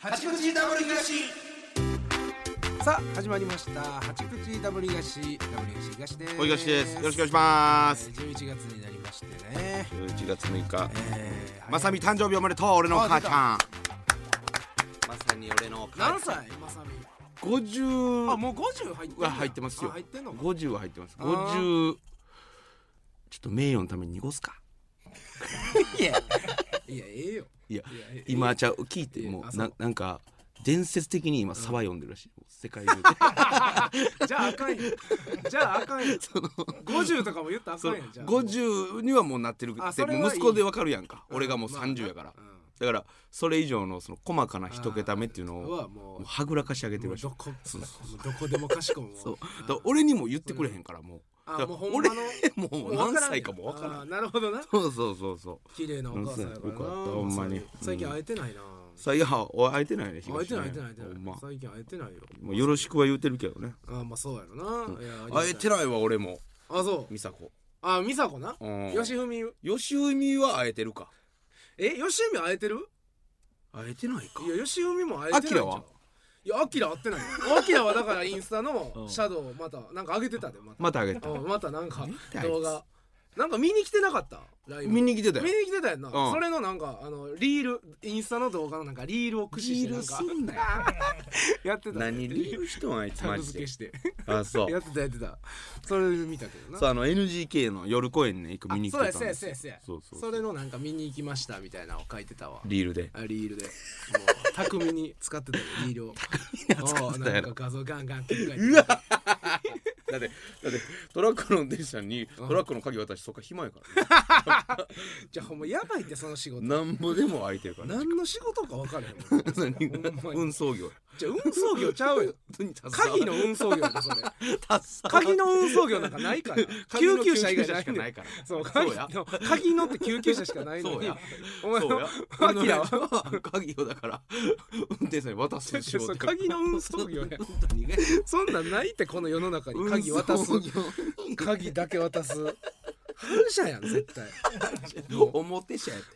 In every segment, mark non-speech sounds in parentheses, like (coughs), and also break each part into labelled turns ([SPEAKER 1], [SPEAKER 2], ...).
[SPEAKER 1] 八口ダブル東
[SPEAKER 2] さあ始まりました八口ダブル東ダブル東東です
[SPEAKER 1] お東ですよろしくお願いし
[SPEAKER 2] ま
[SPEAKER 1] ます
[SPEAKER 2] 11月になりましてね
[SPEAKER 1] 11月6日
[SPEAKER 2] えー
[SPEAKER 1] まさみ誕生日おめでとう俺の母ちゃんまさに俺の
[SPEAKER 2] 何歳まさみあ
[SPEAKER 1] 50
[SPEAKER 2] もう50入ってんの
[SPEAKER 1] は入ってますよ
[SPEAKER 2] あ入ってんのか
[SPEAKER 1] 50は入ってます
[SPEAKER 2] あー
[SPEAKER 1] 50ちょっと名誉のために濁すか
[SPEAKER 2] いやいやええよ
[SPEAKER 1] いや
[SPEAKER 2] いやええ
[SPEAKER 1] 今ちゃう聞いても
[SPEAKER 2] あ
[SPEAKER 1] う
[SPEAKER 2] そう
[SPEAKER 1] ななんか伝説的に今サバ読んでるらしい世界中で
[SPEAKER 2] じゃああかんよじゃああかんよ50とかも言ったらあか
[SPEAKER 1] そ
[SPEAKER 2] ん
[SPEAKER 1] の
[SPEAKER 2] やんじゃあ
[SPEAKER 1] 50にはもうなってる
[SPEAKER 2] あ
[SPEAKER 1] っ
[SPEAKER 2] そ
[SPEAKER 1] て
[SPEAKER 2] れはいい
[SPEAKER 1] もう息子でわかるやんか
[SPEAKER 2] うん
[SPEAKER 1] 俺がもう
[SPEAKER 2] まあね
[SPEAKER 1] 30やから
[SPEAKER 2] うん
[SPEAKER 1] だからそれ以上のその細かな一桁目っていうのを
[SPEAKER 2] はも
[SPEAKER 1] もうはぐらかし上げ
[SPEAKER 2] う
[SPEAKER 1] てる
[SPEAKER 2] も
[SPEAKER 1] ら
[SPEAKER 2] う
[SPEAKER 1] しい
[SPEAKER 2] どこ
[SPEAKER 1] そうそ
[SPEAKER 2] もうどこでもかしこも
[SPEAKER 1] そうだ
[SPEAKER 2] あ
[SPEAKER 1] から俺にも言ってくれへんからもう
[SPEAKER 2] あ
[SPEAKER 1] だ
[SPEAKER 2] もう
[SPEAKER 1] か
[SPEAKER 2] ほ
[SPEAKER 1] ら
[SPEAKER 2] んまの
[SPEAKER 1] 俺 (laughs) もう何歳かもわからん
[SPEAKER 2] んねあなるほどな
[SPEAKER 1] そうそうそうそう
[SPEAKER 2] 綺麗なお母さんやから
[SPEAKER 1] よ
[SPEAKER 2] な
[SPEAKER 1] かったほんまに
[SPEAKER 2] 最近会えてないな、
[SPEAKER 1] さあいやお会えてない
[SPEAKER 2] 会
[SPEAKER 1] ね
[SPEAKER 2] え
[SPEAKER 1] 東
[SPEAKER 2] て
[SPEAKER 1] ね
[SPEAKER 2] ない会えてない会えてない、
[SPEAKER 1] ほんま
[SPEAKER 2] 最近会えてないよ
[SPEAKER 1] もうよろしくは言うてるけどね
[SPEAKER 2] あまあそうやろな、いや
[SPEAKER 1] 会えて
[SPEAKER 2] ない
[SPEAKER 1] ないわ俺も
[SPEAKER 2] あそう
[SPEAKER 1] 美佐子
[SPEAKER 2] あ美佐子な
[SPEAKER 1] うん
[SPEAKER 2] よしふみ
[SPEAKER 1] 吉海は会えてるか
[SPEAKER 2] えよしふみ会えてる
[SPEAKER 1] 会えてないか
[SPEAKER 2] いやよしふみも会えてないんちゃう
[SPEAKER 1] アキラはい
[SPEAKER 2] やアキラ会ってないよ (laughs) アキラはだからインスタの
[SPEAKER 1] ん
[SPEAKER 2] シャドウまたなんか上げてたでまた、
[SPEAKER 1] またあげた
[SPEAKER 2] うんまたなんか
[SPEAKER 1] たあいつ
[SPEAKER 2] 動画なんか見に来てなかったライブ
[SPEAKER 1] 見に来てたよ
[SPEAKER 2] 見に来てたやんな、
[SPEAKER 1] うん
[SPEAKER 2] それのなんかあのリールインスタの動画のなんかリールを駆使してなんか
[SPEAKER 1] んなよ
[SPEAKER 2] やってた
[SPEAKER 1] 何理由しとんあいつ
[SPEAKER 2] (laughs) タ
[SPEAKER 1] マ
[SPEAKER 2] グ
[SPEAKER 1] ジ
[SPEAKER 2] 付
[SPEAKER 1] で
[SPEAKER 2] けして
[SPEAKER 1] あそ
[SPEAKER 2] や
[SPEAKER 1] う
[SPEAKER 2] ってたやってたそれ見たけどな
[SPEAKER 1] そうあの NGK の夜公演ね行く
[SPEAKER 2] あ
[SPEAKER 1] 見に来
[SPEAKER 2] そう
[SPEAKER 1] て
[SPEAKER 2] や
[SPEAKER 1] た
[SPEAKER 2] そう
[SPEAKER 1] ん
[SPEAKER 2] やそ
[SPEAKER 1] です
[SPEAKER 2] うやそうや
[SPEAKER 1] そうそう
[SPEAKER 2] それのなんか見に行きましたみたいなのを書いてたわ
[SPEAKER 1] リールで
[SPEAKER 2] あリールでもう巧み
[SPEAKER 1] (laughs)
[SPEAKER 2] に使ってたよリールを
[SPEAKER 1] 使ってたやろ
[SPEAKER 2] おうなんか画像ガンガン切り替えて
[SPEAKER 1] うわだ (laughs) ってだってトラックの電車にトラックの鍵渡してそっから暇やから、ね、
[SPEAKER 2] じゃあほんまやばいってその仕事
[SPEAKER 1] なんぼでも空いてるから、ね、
[SPEAKER 2] 何の仕事か分からへんもんほんまに
[SPEAKER 1] 運送業
[SPEAKER 2] じゃあ運送業ち
[SPEAKER 1] (laughs)
[SPEAKER 2] ゃうよ鍵
[SPEAKER 1] 鍵の
[SPEAKER 2] の運送業だそれ
[SPEAKER 1] 鍵
[SPEAKER 2] 鍵の運送業なんかない
[SPEAKER 1] (laughs)
[SPEAKER 2] から救急車以外じゃ
[SPEAKER 1] しか
[SPEAKER 2] な
[SPEAKER 1] ないい
[SPEAKER 2] か
[SPEAKER 1] からら
[SPEAKER 2] そう
[SPEAKER 1] そ
[SPEAKER 2] 鍵
[SPEAKER 1] うや
[SPEAKER 2] の鍵のって救急車しかないの
[SPEAKER 1] そう
[SPEAKER 2] に
[SPEAKER 1] や
[SPEAKER 2] お前
[SPEAKER 1] そう
[SPEAKER 2] の
[SPEAKER 1] や
[SPEAKER 2] アキラは
[SPEAKER 1] は鍵をだから運転手さんに渡す仕
[SPEAKER 2] そ
[SPEAKER 1] 事
[SPEAKER 2] う鍵の運送 (laughs) 業や
[SPEAKER 1] 何が
[SPEAKER 2] そんなんないってこの世の中に鍵渡す
[SPEAKER 1] 運送業
[SPEAKER 2] 鍵だけ渡す反射やん絶対
[SPEAKER 1] 表社やって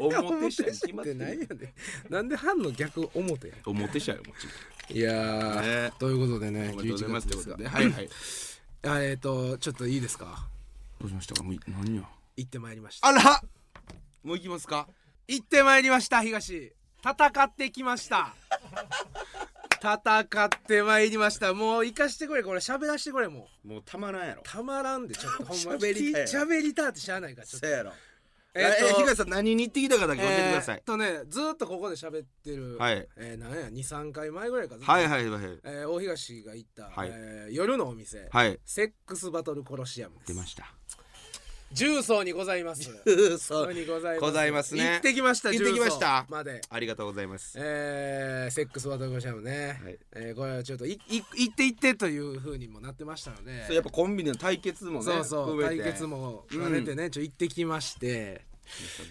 [SPEAKER 1] 表社に決ま
[SPEAKER 2] っ
[SPEAKER 1] って
[SPEAKER 2] て
[SPEAKER 1] る
[SPEAKER 2] ないやねなんで反の逆表や
[SPEAKER 1] 表社よもち
[SPEAKER 2] いやー
[SPEAKER 1] ね
[SPEAKER 2] ということでね
[SPEAKER 1] ろんおめでとうございますってこ
[SPEAKER 2] 11
[SPEAKER 1] と
[SPEAKER 2] 月
[SPEAKER 1] で
[SPEAKER 2] です
[SPEAKER 1] はいはい
[SPEAKER 2] があえっとちょっといいですか
[SPEAKER 1] どうしましたかもう何や
[SPEAKER 2] 行ってまいりました
[SPEAKER 1] あらもう行きますか
[SPEAKER 2] 行ってまいりました東戦ってきました戦ってまいりましたもう行かしてくれこれ喋らしてくれもう
[SPEAKER 1] もうたまらんやろ
[SPEAKER 2] たまらんでちょっとほんま
[SPEAKER 1] 喋りたい
[SPEAKER 2] 聞き喋りたってしゃあないからちょっと
[SPEAKER 1] やろ
[SPEAKER 2] え
[SPEAKER 1] え
[SPEAKER 2] ーと
[SPEAKER 1] え東さん何に行ってきたかだけ教えてくださ
[SPEAKER 2] えー
[SPEAKER 1] い
[SPEAKER 2] っ、とねずーっとここで喋ってる、
[SPEAKER 1] はい
[SPEAKER 2] えー、なんや23回前ぐらいか
[SPEAKER 1] はい
[SPEAKER 2] い、
[SPEAKER 1] はいはい
[SPEAKER 2] えー大東が行った、
[SPEAKER 1] はい
[SPEAKER 2] えー夜のお店、
[SPEAKER 1] はい
[SPEAKER 2] セックスバトルコロシアムです
[SPEAKER 1] 出ました
[SPEAKER 2] 重曹にござい
[SPEAKER 1] (laughs)
[SPEAKER 2] ます
[SPEAKER 1] そ
[SPEAKER 2] 重曹にございます
[SPEAKER 1] ございますね
[SPEAKER 2] 行ってきました
[SPEAKER 1] 行ってきました
[SPEAKER 2] 重曹まで
[SPEAKER 1] ありがとうございます
[SPEAKER 2] えー、セックスバトルコロシアムね、
[SPEAKER 1] はい
[SPEAKER 2] えーこれはちょっといい行って行ってというふうにもなってましたので
[SPEAKER 1] そうやっぱコンビニの対決もね
[SPEAKER 2] そうそう
[SPEAKER 1] 含め
[SPEAKER 2] 対
[SPEAKER 1] て
[SPEAKER 2] 決もが出てね、ちょっと行ってきまして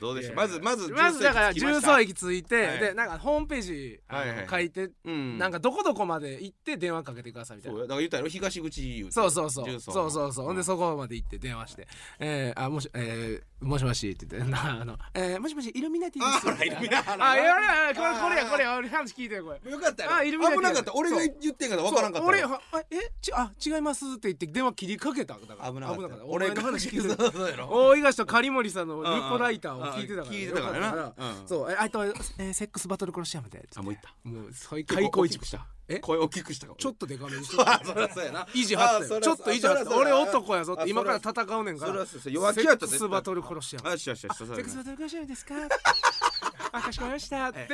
[SPEAKER 1] どうでしょうまずまず
[SPEAKER 2] まずだから重曹
[SPEAKER 1] 駅
[SPEAKER 2] 駅着いて、
[SPEAKER 1] はい
[SPEAKER 2] でなんかホームページあの
[SPEAKER 1] はいはい
[SPEAKER 2] 書いて、
[SPEAKER 1] うん
[SPEAKER 2] なんかどこどこまで行って電話かけてくださいみたい
[SPEAKER 1] そ
[SPEAKER 2] な
[SPEAKER 1] うやだから言ったやろ東口言うて
[SPEAKER 2] そうそうそう
[SPEAKER 1] 重曹
[SPEAKER 2] そうそうそうほんで
[SPEAKER 1] ん
[SPEAKER 2] そこまで行って電話して「えー、あもし、えー、もしもし」って言って (laughs) なあの、えー「もしもしイルミナティ
[SPEAKER 1] あ
[SPEAKER 2] です」
[SPEAKER 1] ほらイルミナ
[SPEAKER 2] あ
[SPEAKER 1] あら
[SPEAKER 2] あいやいやいやこれ
[SPEAKER 1] あー
[SPEAKER 2] これやこれや俺話聞いてよこれ
[SPEAKER 1] よかったやろ
[SPEAKER 2] あイルミナティ
[SPEAKER 1] 危なかった俺が言ってんから分からんかった
[SPEAKER 2] そう俺はあえちあ違いますって言って電話切りかけただから
[SPEAKER 1] 危なかった
[SPEAKER 2] お前の話聞いてる
[SPEAKER 1] 俺 (laughs) がそうやろ
[SPEAKER 2] 大東と狩森さんのリポライターを聞いてたから、
[SPEAKER 1] うんうん聞いてたからな
[SPEAKER 2] よっ
[SPEAKER 1] うん
[SPEAKER 2] そうえあと、えーセックスバトルコロシアムで
[SPEAKER 1] あもう行った
[SPEAKER 2] もう最
[SPEAKER 1] 開
[SPEAKER 2] 開
[SPEAKER 1] 口
[SPEAKER 2] 口
[SPEAKER 1] 一
[SPEAKER 2] 一
[SPEAKER 1] くした
[SPEAKER 2] え
[SPEAKER 1] 声大きくしたか
[SPEAKER 2] ちょっとでかめにし
[SPEAKER 1] と
[SPEAKER 2] て
[SPEAKER 1] (laughs) あそりゃそうやな
[SPEAKER 2] 意地張って
[SPEAKER 1] あ
[SPEAKER 2] よ
[SPEAKER 1] そ
[SPEAKER 2] ち
[SPEAKER 1] り
[SPEAKER 2] ょ
[SPEAKER 1] ゃ
[SPEAKER 2] っと意地張って
[SPEAKER 1] そりゃそう
[SPEAKER 2] 俺
[SPEAKER 1] や
[SPEAKER 2] 男やぞって
[SPEAKER 1] あ
[SPEAKER 2] 今から
[SPEAKER 1] そりゃ
[SPEAKER 2] 戦うねんか
[SPEAKER 1] そり
[SPEAKER 2] ら
[SPEAKER 1] ゃ
[SPEAKER 2] セ
[SPEAKER 1] そうそう弱気
[SPEAKER 2] ッ
[SPEAKER 1] やった
[SPEAKER 2] ク
[SPEAKER 1] ら絶対
[SPEAKER 2] スバトルコロシアム
[SPEAKER 1] よしよしよしそう
[SPEAKER 2] セックス
[SPEAKER 1] そ
[SPEAKER 2] バ
[SPEAKER 1] う
[SPEAKER 2] トルコロシアム
[SPEAKER 1] (laughs)
[SPEAKER 2] ですかあかしこまりましたって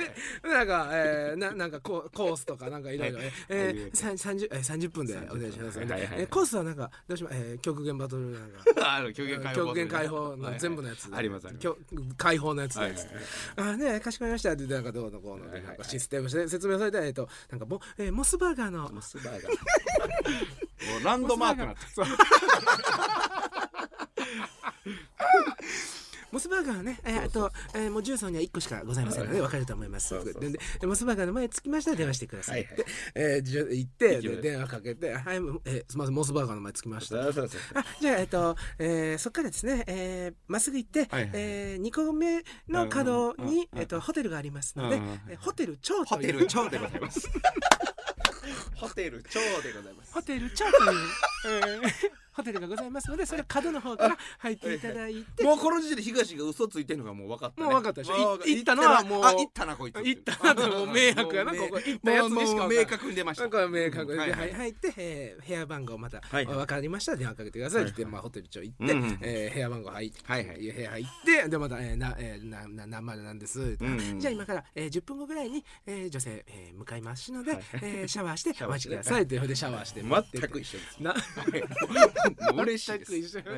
[SPEAKER 2] なんか、えー、ななんかコーコースとかなんかいろいろ
[SPEAKER 1] はい
[SPEAKER 2] え
[SPEAKER 1] はい
[SPEAKER 2] ー、さん 30, えー30分でお願いします、
[SPEAKER 1] はいはいはい
[SPEAKER 2] えーコースはなんかどうしまえー、極限バトルなんか
[SPEAKER 1] あの極限解放
[SPEAKER 2] 極限解放の全部のやつ、
[SPEAKER 1] はいはいありますあります
[SPEAKER 2] きょ解放のやつのやつ、
[SPEAKER 1] はいはい
[SPEAKER 2] あねえかしこまりましたって言ってなんかどうのこうので
[SPEAKER 1] はい
[SPEAKER 2] な
[SPEAKER 1] は
[SPEAKER 2] ん
[SPEAKER 1] い
[SPEAKER 2] かシステムして説明されてえっ、となんかボ、えーモスバーガーの
[SPEAKER 1] モスバーガーもうランドマークなって
[SPEAKER 2] そうモスバーガーはね、えー、あと、えーもう重曹には1個しかございませんので、わかると思います。
[SPEAKER 1] そうそうそう
[SPEAKER 2] ででモスバーガーの前に着きましたら電話してください。
[SPEAKER 1] はいはい
[SPEAKER 2] で、えーじゅ行って、
[SPEAKER 1] 行きま
[SPEAKER 2] です電話かけて、はい、もうえーすみません、モスバーガーの前着きました。
[SPEAKER 1] そうそうそう
[SPEAKER 2] あじゃあ、えっとえーそこからですね、えーまっすぐ行って、
[SPEAKER 1] はいはい
[SPEAKER 2] え2個目の角
[SPEAKER 1] うんうんうん
[SPEAKER 2] に、えっとホテルがありますので、
[SPEAKER 1] うんうんうん
[SPEAKER 2] えーホテル長
[SPEAKER 3] ホ
[SPEAKER 2] とい
[SPEAKER 3] テ
[SPEAKER 2] う
[SPEAKER 3] ル長でございます。
[SPEAKER 1] ホテル
[SPEAKER 3] 長でございます。
[SPEAKER 2] ホテル長という、えーホテルがございますのでそれを角の方から入っていただいて、
[SPEAKER 1] (laughs) もうこの時点で東が嘘ついてるのがもう分かった、ね、
[SPEAKER 2] もう分かったでしょ
[SPEAKER 3] あ
[SPEAKER 2] い
[SPEAKER 3] ー
[SPEAKER 2] 行ったのはもう
[SPEAKER 3] あ行ったなこいつ。
[SPEAKER 2] 行ったなもう迷惑やな
[SPEAKER 3] もう
[SPEAKER 2] ここ行ったやつにしか
[SPEAKER 3] もうもう明確に出ました。
[SPEAKER 2] なんか明確で、
[SPEAKER 3] うんはいはい
[SPEAKER 2] はい入って、えー部屋番号また、
[SPEAKER 1] はいはい
[SPEAKER 2] 分かりましたら電話かけてください、
[SPEAKER 1] はいはい
[SPEAKER 2] って、まあ、ホテル長行って、
[SPEAKER 1] うんうん
[SPEAKER 2] えー部屋番号入って、
[SPEAKER 3] はいはい
[SPEAKER 2] 部屋入ってでまた、えーなえーなな何までなんです、
[SPEAKER 1] んうん
[SPEAKER 2] じゃあ今から、えー10分後ぐらいに、えー女性、えー向かいますので、えーシャワーして
[SPEAKER 1] ャ
[SPEAKER 2] お
[SPEAKER 1] ワー
[SPEAKER 2] 待
[SPEAKER 1] し
[SPEAKER 2] ち
[SPEAKER 1] て
[SPEAKER 2] くださいってほいでシャワーして待ってて
[SPEAKER 1] 全く一緒です
[SPEAKER 2] な
[SPEAKER 1] もう嬉しいです
[SPEAKER 2] 全く一緒な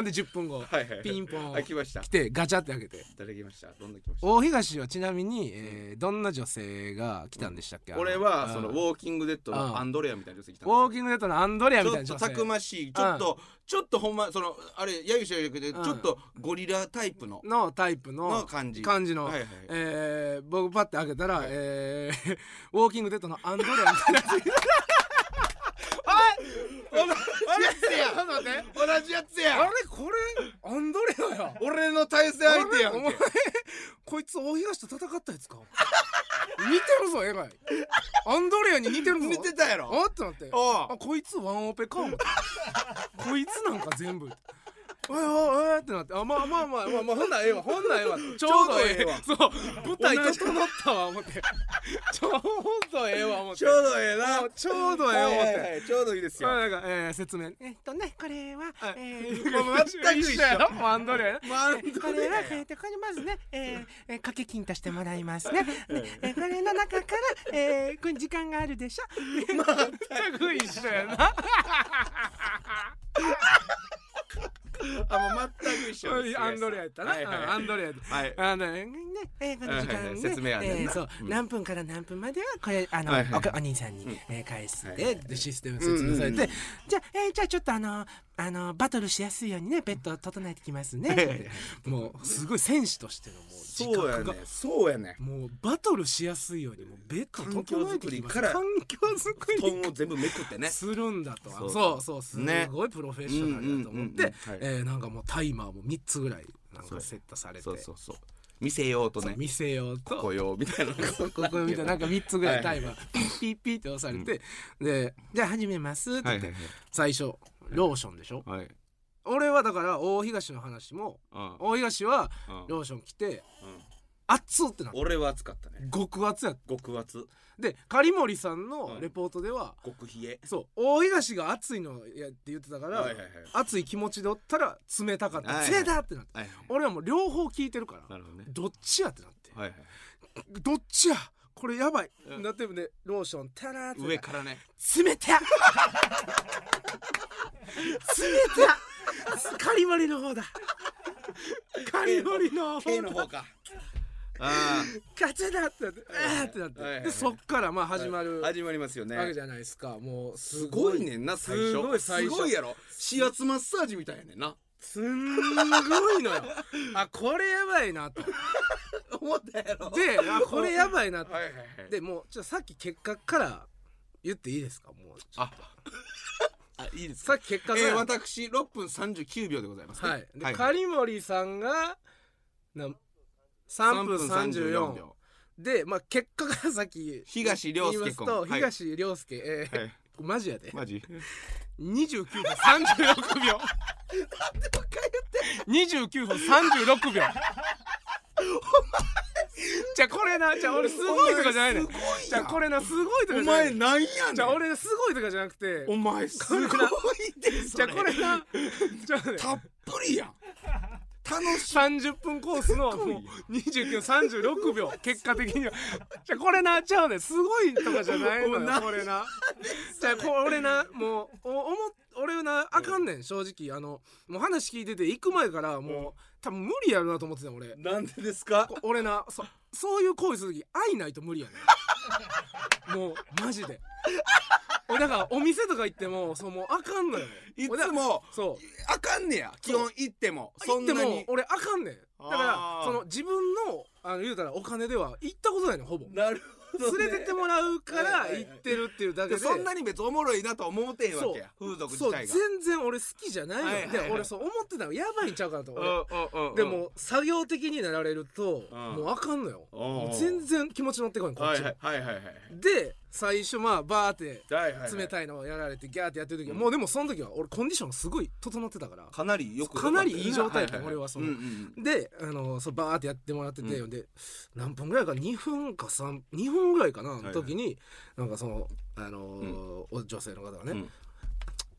[SPEAKER 2] んで10分後、
[SPEAKER 1] はいはい
[SPEAKER 2] ピンポン
[SPEAKER 1] あ来ました
[SPEAKER 2] 来てガチャって開けて
[SPEAKER 1] いただきましたどんな来ました
[SPEAKER 2] 大東はちなみに、えーどんな女性が来たんでしたっけ、あの
[SPEAKER 1] 俺はその
[SPEAKER 2] う
[SPEAKER 1] ウ
[SPEAKER 2] ん
[SPEAKER 1] ォーキングデッド
[SPEAKER 2] うん
[SPEAKER 1] のアンドレアみたいな女性来た
[SPEAKER 2] ウ
[SPEAKER 1] ん
[SPEAKER 2] ォーキングデッドのアンドレア
[SPEAKER 1] で
[SPEAKER 2] み
[SPEAKER 1] す
[SPEAKER 2] た
[SPEAKER 1] よ
[SPEAKER 2] い
[SPEAKER 1] ちょ
[SPEAKER 2] な
[SPEAKER 1] っ
[SPEAKER 2] 女
[SPEAKER 1] とたく
[SPEAKER 2] 性
[SPEAKER 1] ましいちょっとちょっとほんまそのあれやゆしゃゆしゃけど
[SPEAKER 2] うん
[SPEAKER 1] ちょっとゴリラタイプの
[SPEAKER 2] のタイプの
[SPEAKER 1] の感じ
[SPEAKER 2] 感じの、
[SPEAKER 1] はいはい
[SPEAKER 2] えー僕パッて開けたら、えーウォーキングデッドのアンドレアみたい
[SPEAKER 1] (laughs)
[SPEAKER 2] な
[SPEAKER 1] 同じやつや
[SPEAKER 2] ょっと待って
[SPEAKER 1] 同じやつ
[SPEAKER 2] あれ
[SPEAKER 1] や
[SPEAKER 2] これアンドレアや
[SPEAKER 1] 俺の対戦相手やん
[SPEAKER 2] お前
[SPEAKER 1] け
[SPEAKER 2] こいつ大東と戦ったやつか (laughs) 似てるぞえらいアンドレアに似てるぞ
[SPEAKER 1] 見てたやろ
[SPEAKER 2] あってなって
[SPEAKER 1] おう
[SPEAKER 2] あこいつワンオペ (laughs) か思ってこいつなんか全部 (laughs) おいおいおいってなってあまあまあまあまあ、まあ、ほんならええわほんならええわ (laughs) ちょうどええわそう舞台整ったわ思って (laughs) ちょうどええわ思って
[SPEAKER 1] ちょうどええな
[SPEAKER 2] ちょうどええわ思っ
[SPEAKER 1] はいはい
[SPEAKER 2] て
[SPEAKER 1] はいちょうどいいですよ
[SPEAKER 2] まあなんか、えー、説明えっとねこれは、えー
[SPEAKER 1] もう全く一緒やろ
[SPEAKER 2] もうアンドレアやな
[SPEAKER 1] マン
[SPEAKER 2] えーこれは、えー、とこれま (laughs) ずね、えーえー、掛け金としてもらいますね。でえー、これの中から、えー、これ時間があるでしょ。 (laughs) 全く一緒やな。
[SPEAKER 1] あもう全く一緒です
[SPEAKER 2] アンドレアやったな。
[SPEAKER 1] はいはい
[SPEAKER 2] うんアンドレアやった。
[SPEAKER 1] はい
[SPEAKER 2] あのね、えーこの時間
[SPEAKER 1] はいはいは
[SPEAKER 2] ね
[SPEAKER 1] い説明あんねんな
[SPEAKER 2] えーそう、
[SPEAKER 1] うん
[SPEAKER 2] 何分から何分まではこれあの、
[SPEAKER 1] はいはい
[SPEAKER 2] おかお兄さんに、えー返す
[SPEAKER 1] はい
[SPEAKER 2] で、
[SPEAKER 1] はい
[SPEAKER 2] でシステム説明されて、
[SPEAKER 1] うんうんうん
[SPEAKER 2] じゃあ、えーじゃあちょっとあのあのバトルしやすいようにねベッドを整えてきますね。ってもうすごい戦士としてのもう自
[SPEAKER 1] そうや
[SPEAKER 2] 覚が
[SPEAKER 1] ね。そうやね
[SPEAKER 2] もうバトルしやすいようにもうベッド整えてきます
[SPEAKER 1] 環境作りから
[SPEAKER 2] 環境作
[SPEAKER 1] 布
[SPEAKER 2] り
[SPEAKER 1] 団を全部めくってね
[SPEAKER 2] するんだと
[SPEAKER 1] そう
[SPEAKER 2] そうそうす
[SPEAKER 1] ね
[SPEAKER 2] ごいプロフェッショナルだと思っ
[SPEAKER 1] うんうんうんうん
[SPEAKER 2] て
[SPEAKER 1] はい
[SPEAKER 2] えーなんかもうタイマーも3つぐらいなん
[SPEAKER 1] そ
[SPEAKER 2] か
[SPEAKER 1] う
[SPEAKER 2] セットされて
[SPEAKER 1] そうそうそう見せようとね
[SPEAKER 2] 見せようと
[SPEAKER 1] 雇用みたいなこ (laughs)
[SPEAKER 2] ここみたいななんか3つぐらい
[SPEAKER 1] は
[SPEAKER 2] タ
[SPEAKER 1] い
[SPEAKER 2] イマーピッピッピッって押されてで「じゃあ始めます」って言って
[SPEAKER 1] はい
[SPEAKER 2] 最初ローションでしょ
[SPEAKER 1] はい
[SPEAKER 2] 俺はだから大東の話も
[SPEAKER 1] うん
[SPEAKER 2] 大東は
[SPEAKER 1] うん
[SPEAKER 2] ローション着て
[SPEAKER 1] うん
[SPEAKER 2] 熱っってなった
[SPEAKER 1] 俺は暑かったね
[SPEAKER 2] 極熱やった
[SPEAKER 1] 極厚
[SPEAKER 2] で狩森さんのレポートでは、
[SPEAKER 1] 極冷え
[SPEAKER 2] そう大東が熱いのやって言ってたから、
[SPEAKER 1] はいはいはい
[SPEAKER 2] 熱い気持ちでおったら冷たかった、
[SPEAKER 1] はいは
[SPEAKER 2] 冷
[SPEAKER 1] い
[SPEAKER 2] たってなって
[SPEAKER 1] はい
[SPEAKER 2] 俺はもう両方聞いてるから
[SPEAKER 1] なるほどね
[SPEAKER 2] どっちやってなって、
[SPEAKER 1] はいはい
[SPEAKER 2] どっちやこれやばい、
[SPEAKER 1] うん
[SPEAKER 2] なってねローションたらーって
[SPEAKER 1] 上からね
[SPEAKER 2] 冷た冷たカリマリの方だカリマリの方
[SPEAKER 1] K
[SPEAKER 2] だ
[SPEAKER 1] の方かあ
[SPEAKER 2] ガチャだってなって
[SPEAKER 1] いはい
[SPEAKER 2] あーってなって、
[SPEAKER 1] はいはいは
[SPEAKER 2] で
[SPEAKER 1] い
[SPEAKER 2] そっからまあ
[SPEAKER 1] あ
[SPEAKER 2] 始まる、
[SPEAKER 1] 始まりますよね
[SPEAKER 2] わけじゃないですかもうす
[SPEAKER 1] す
[SPEAKER 2] ご
[SPEAKER 1] ご
[SPEAKER 2] い
[SPEAKER 1] い
[SPEAKER 2] ね
[SPEAKER 1] ねんな最
[SPEAKER 2] す
[SPEAKER 1] 初
[SPEAKER 2] ごい最初
[SPEAKER 1] すごいやろ指圧マッサージみたいやねんな
[SPEAKER 2] すんごいの
[SPEAKER 1] (laughs)
[SPEAKER 2] よあこれやばいなとで
[SPEAKER 1] 思ったやろ
[SPEAKER 2] あこれやばいなと
[SPEAKER 1] はいはいはい
[SPEAKER 2] でもうちょっとさっき結果から言っていいですかもう
[SPEAKER 1] ああいいです
[SPEAKER 2] さっき結果から、
[SPEAKER 1] えー、私6分39秒でございます、ね、
[SPEAKER 2] はいで、
[SPEAKER 1] はい
[SPEAKER 2] 狩森さんがな3分34秒でまあ結果からさっき
[SPEAKER 1] 東亮介
[SPEAKER 2] 言いますと
[SPEAKER 1] 君はい
[SPEAKER 2] 東亮介、えー
[SPEAKER 1] はい
[SPEAKER 2] マジやで
[SPEAKER 1] マジ
[SPEAKER 2] 29分36秒29分36秒じゃあこれなじゃあ俺すごいとかじゃないねん
[SPEAKER 1] お前す
[SPEAKER 2] じゃあ
[SPEAKER 1] ごいやん
[SPEAKER 2] これなすごいとか
[SPEAKER 1] お
[SPEAKER 2] じゃない
[SPEAKER 1] 前
[SPEAKER 2] ねん
[SPEAKER 1] なんやねん
[SPEAKER 2] じゃあ俺すごいとかじゃなくて
[SPEAKER 1] お前すごいです
[SPEAKER 2] じゃあこれ (laughs) なじゃあね
[SPEAKER 1] たっぷりやん楽しい
[SPEAKER 2] 30分コースのもう2936秒結果的に
[SPEAKER 1] (laughs)
[SPEAKER 2] はじゃあこれなちゃうねんすごいとかじゃないのよ
[SPEAKER 1] お前何
[SPEAKER 2] これなじゃあこれなもうお思っ俺なあかんねん正直あのもう話聞いてて行く前からもう、多分無理やるなと思ってた俺
[SPEAKER 1] なんでですか
[SPEAKER 2] こ
[SPEAKER 1] (laughs)
[SPEAKER 2] 俺なそそういう行為する時愛ないと無理やねんもうマジで俺だからお店とか行ってもそうもうあかんのよ
[SPEAKER 1] いつも
[SPEAKER 2] そう
[SPEAKER 1] あかんねや基本行ってもそんな
[SPEAKER 2] 行っても
[SPEAKER 1] に
[SPEAKER 2] 俺あかんねんだか
[SPEAKER 1] あー
[SPEAKER 2] らその自分のあの言うたらお金では行ったことないのほぼ
[SPEAKER 4] なるほど、ね、
[SPEAKER 2] 連れてってもらうか
[SPEAKER 4] は
[SPEAKER 2] ら
[SPEAKER 4] いはい
[SPEAKER 2] 行
[SPEAKER 4] はい
[SPEAKER 2] ってるっていうだけ
[SPEAKER 1] で
[SPEAKER 2] で
[SPEAKER 1] そんなに別におもろいなとは思うてへんわけや風俗
[SPEAKER 2] そ
[SPEAKER 1] 自
[SPEAKER 2] う
[SPEAKER 1] 体
[SPEAKER 2] 全
[SPEAKER 1] が
[SPEAKER 2] 然俺好きじゃないの、
[SPEAKER 1] はいはいはい
[SPEAKER 2] で俺そう思ってたのやばいんちゃうかなと俺
[SPEAKER 1] うんうんうん
[SPEAKER 2] でも作業的になられると
[SPEAKER 4] うん
[SPEAKER 2] もうあかんのよ
[SPEAKER 4] おうおう
[SPEAKER 2] 全然気持ち乗ってこいんこっ
[SPEAKER 4] は
[SPEAKER 2] ち
[SPEAKER 4] い
[SPEAKER 2] も
[SPEAKER 4] はいはいはいはい
[SPEAKER 2] で最初まあバーって
[SPEAKER 4] はいはいはい
[SPEAKER 2] 冷たいのをやられてギャーってやってる時はもうでもその時は俺コンディションすごい整ってたから
[SPEAKER 1] かなりよく
[SPEAKER 2] かなりいい状態やった
[SPEAKER 1] はい
[SPEAKER 2] 俺はそ
[SPEAKER 1] うん
[SPEAKER 2] の
[SPEAKER 1] うんうん
[SPEAKER 2] であのそうバーってやってもらってて、
[SPEAKER 1] う
[SPEAKER 2] で何分ぐらいか2分か32分ぐらいかな
[SPEAKER 4] はい
[SPEAKER 2] の時に、なんかその、あのーお女性の方がね、
[SPEAKER 4] うん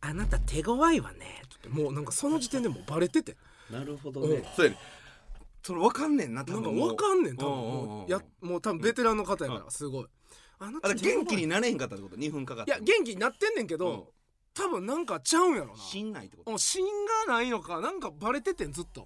[SPEAKER 2] あなた手強いわね」って言ってもうなんかその時点でもうバレてて
[SPEAKER 4] なるほど
[SPEAKER 2] うん
[SPEAKER 4] ねそうやね
[SPEAKER 1] それわかんねんな多
[SPEAKER 2] なんか
[SPEAKER 1] 分もう
[SPEAKER 2] 分かんねん多分
[SPEAKER 1] おうおうおう
[SPEAKER 2] もうやもう多分ベテランの方やから、すごい。あな
[SPEAKER 1] あだから元
[SPEAKER 2] 手
[SPEAKER 1] 気
[SPEAKER 2] 強い
[SPEAKER 1] になれへんかったってこと2分かかっ
[SPEAKER 2] い
[SPEAKER 1] た
[SPEAKER 2] や元気になってんねんけど、
[SPEAKER 1] うん
[SPEAKER 2] 多分なんかちゃうんやろな
[SPEAKER 1] しんないってこと
[SPEAKER 2] もう芯がないのかなんかバレててんずっと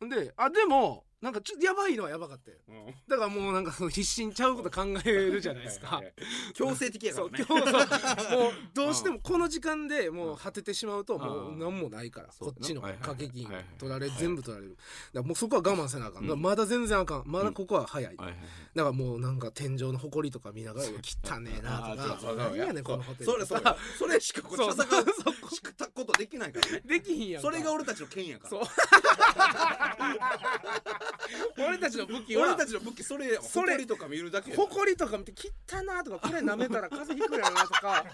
[SPEAKER 4] おう
[SPEAKER 2] であでもなんかちょっとやばいのはやばかったよ
[SPEAKER 4] うん
[SPEAKER 2] だからもうなんかその必死にちゃうこと考えるじゃないです
[SPEAKER 4] は
[SPEAKER 2] か
[SPEAKER 4] いはい。
[SPEAKER 1] 強制的やか
[SPEAKER 2] そ
[SPEAKER 1] ら
[SPEAKER 2] う
[SPEAKER 1] ね
[SPEAKER 2] 今日そうもうどうしてもこの時間でもう果ててしまうとも
[SPEAKER 1] う
[SPEAKER 2] うん何もないから
[SPEAKER 1] そ
[SPEAKER 2] こ
[SPEAKER 1] うやな
[SPEAKER 2] っちの
[SPEAKER 1] はいはいはい
[SPEAKER 2] 掛け金
[SPEAKER 1] はいはい
[SPEAKER 2] 取られ全部取られるだからもうそこは我慢せなあかんだからまだ全然あかんまだここは早いだ
[SPEAKER 1] はいはい
[SPEAKER 2] からもうなんか天井の埃とか見ながら「汚ねえな」
[SPEAKER 1] あー
[SPEAKER 2] と
[SPEAKER 1] そ
[SPEAKER 2] か「
[SPEAKER 1] う
[SPEAKER 2] 何やねんこのホテル」
[SPEAKER 1] それそれそれしかこっち
[SPEAKER 2] そう
[SPEAKER 1] は探したことできないからね
[SPEAKER 2] できひんやんか
[SPEAKER 1] それが俺たちの剣やか
[SPEAKER 2] そう
[SPEAKER 1] ら
[SPEAKER 2] 俺たちの武器
[SPEAKER 1] 俺
[SPEAKER 2] は
[SPEAKER 1] たちの武器それや
[SPEAKER 2] それ
[SPEAKER 1] 誇りとか見るだけや
[SPEAKER 2] 埃とか見て「汚な」とか「これ舐めたら風邪ひくやろな」とか。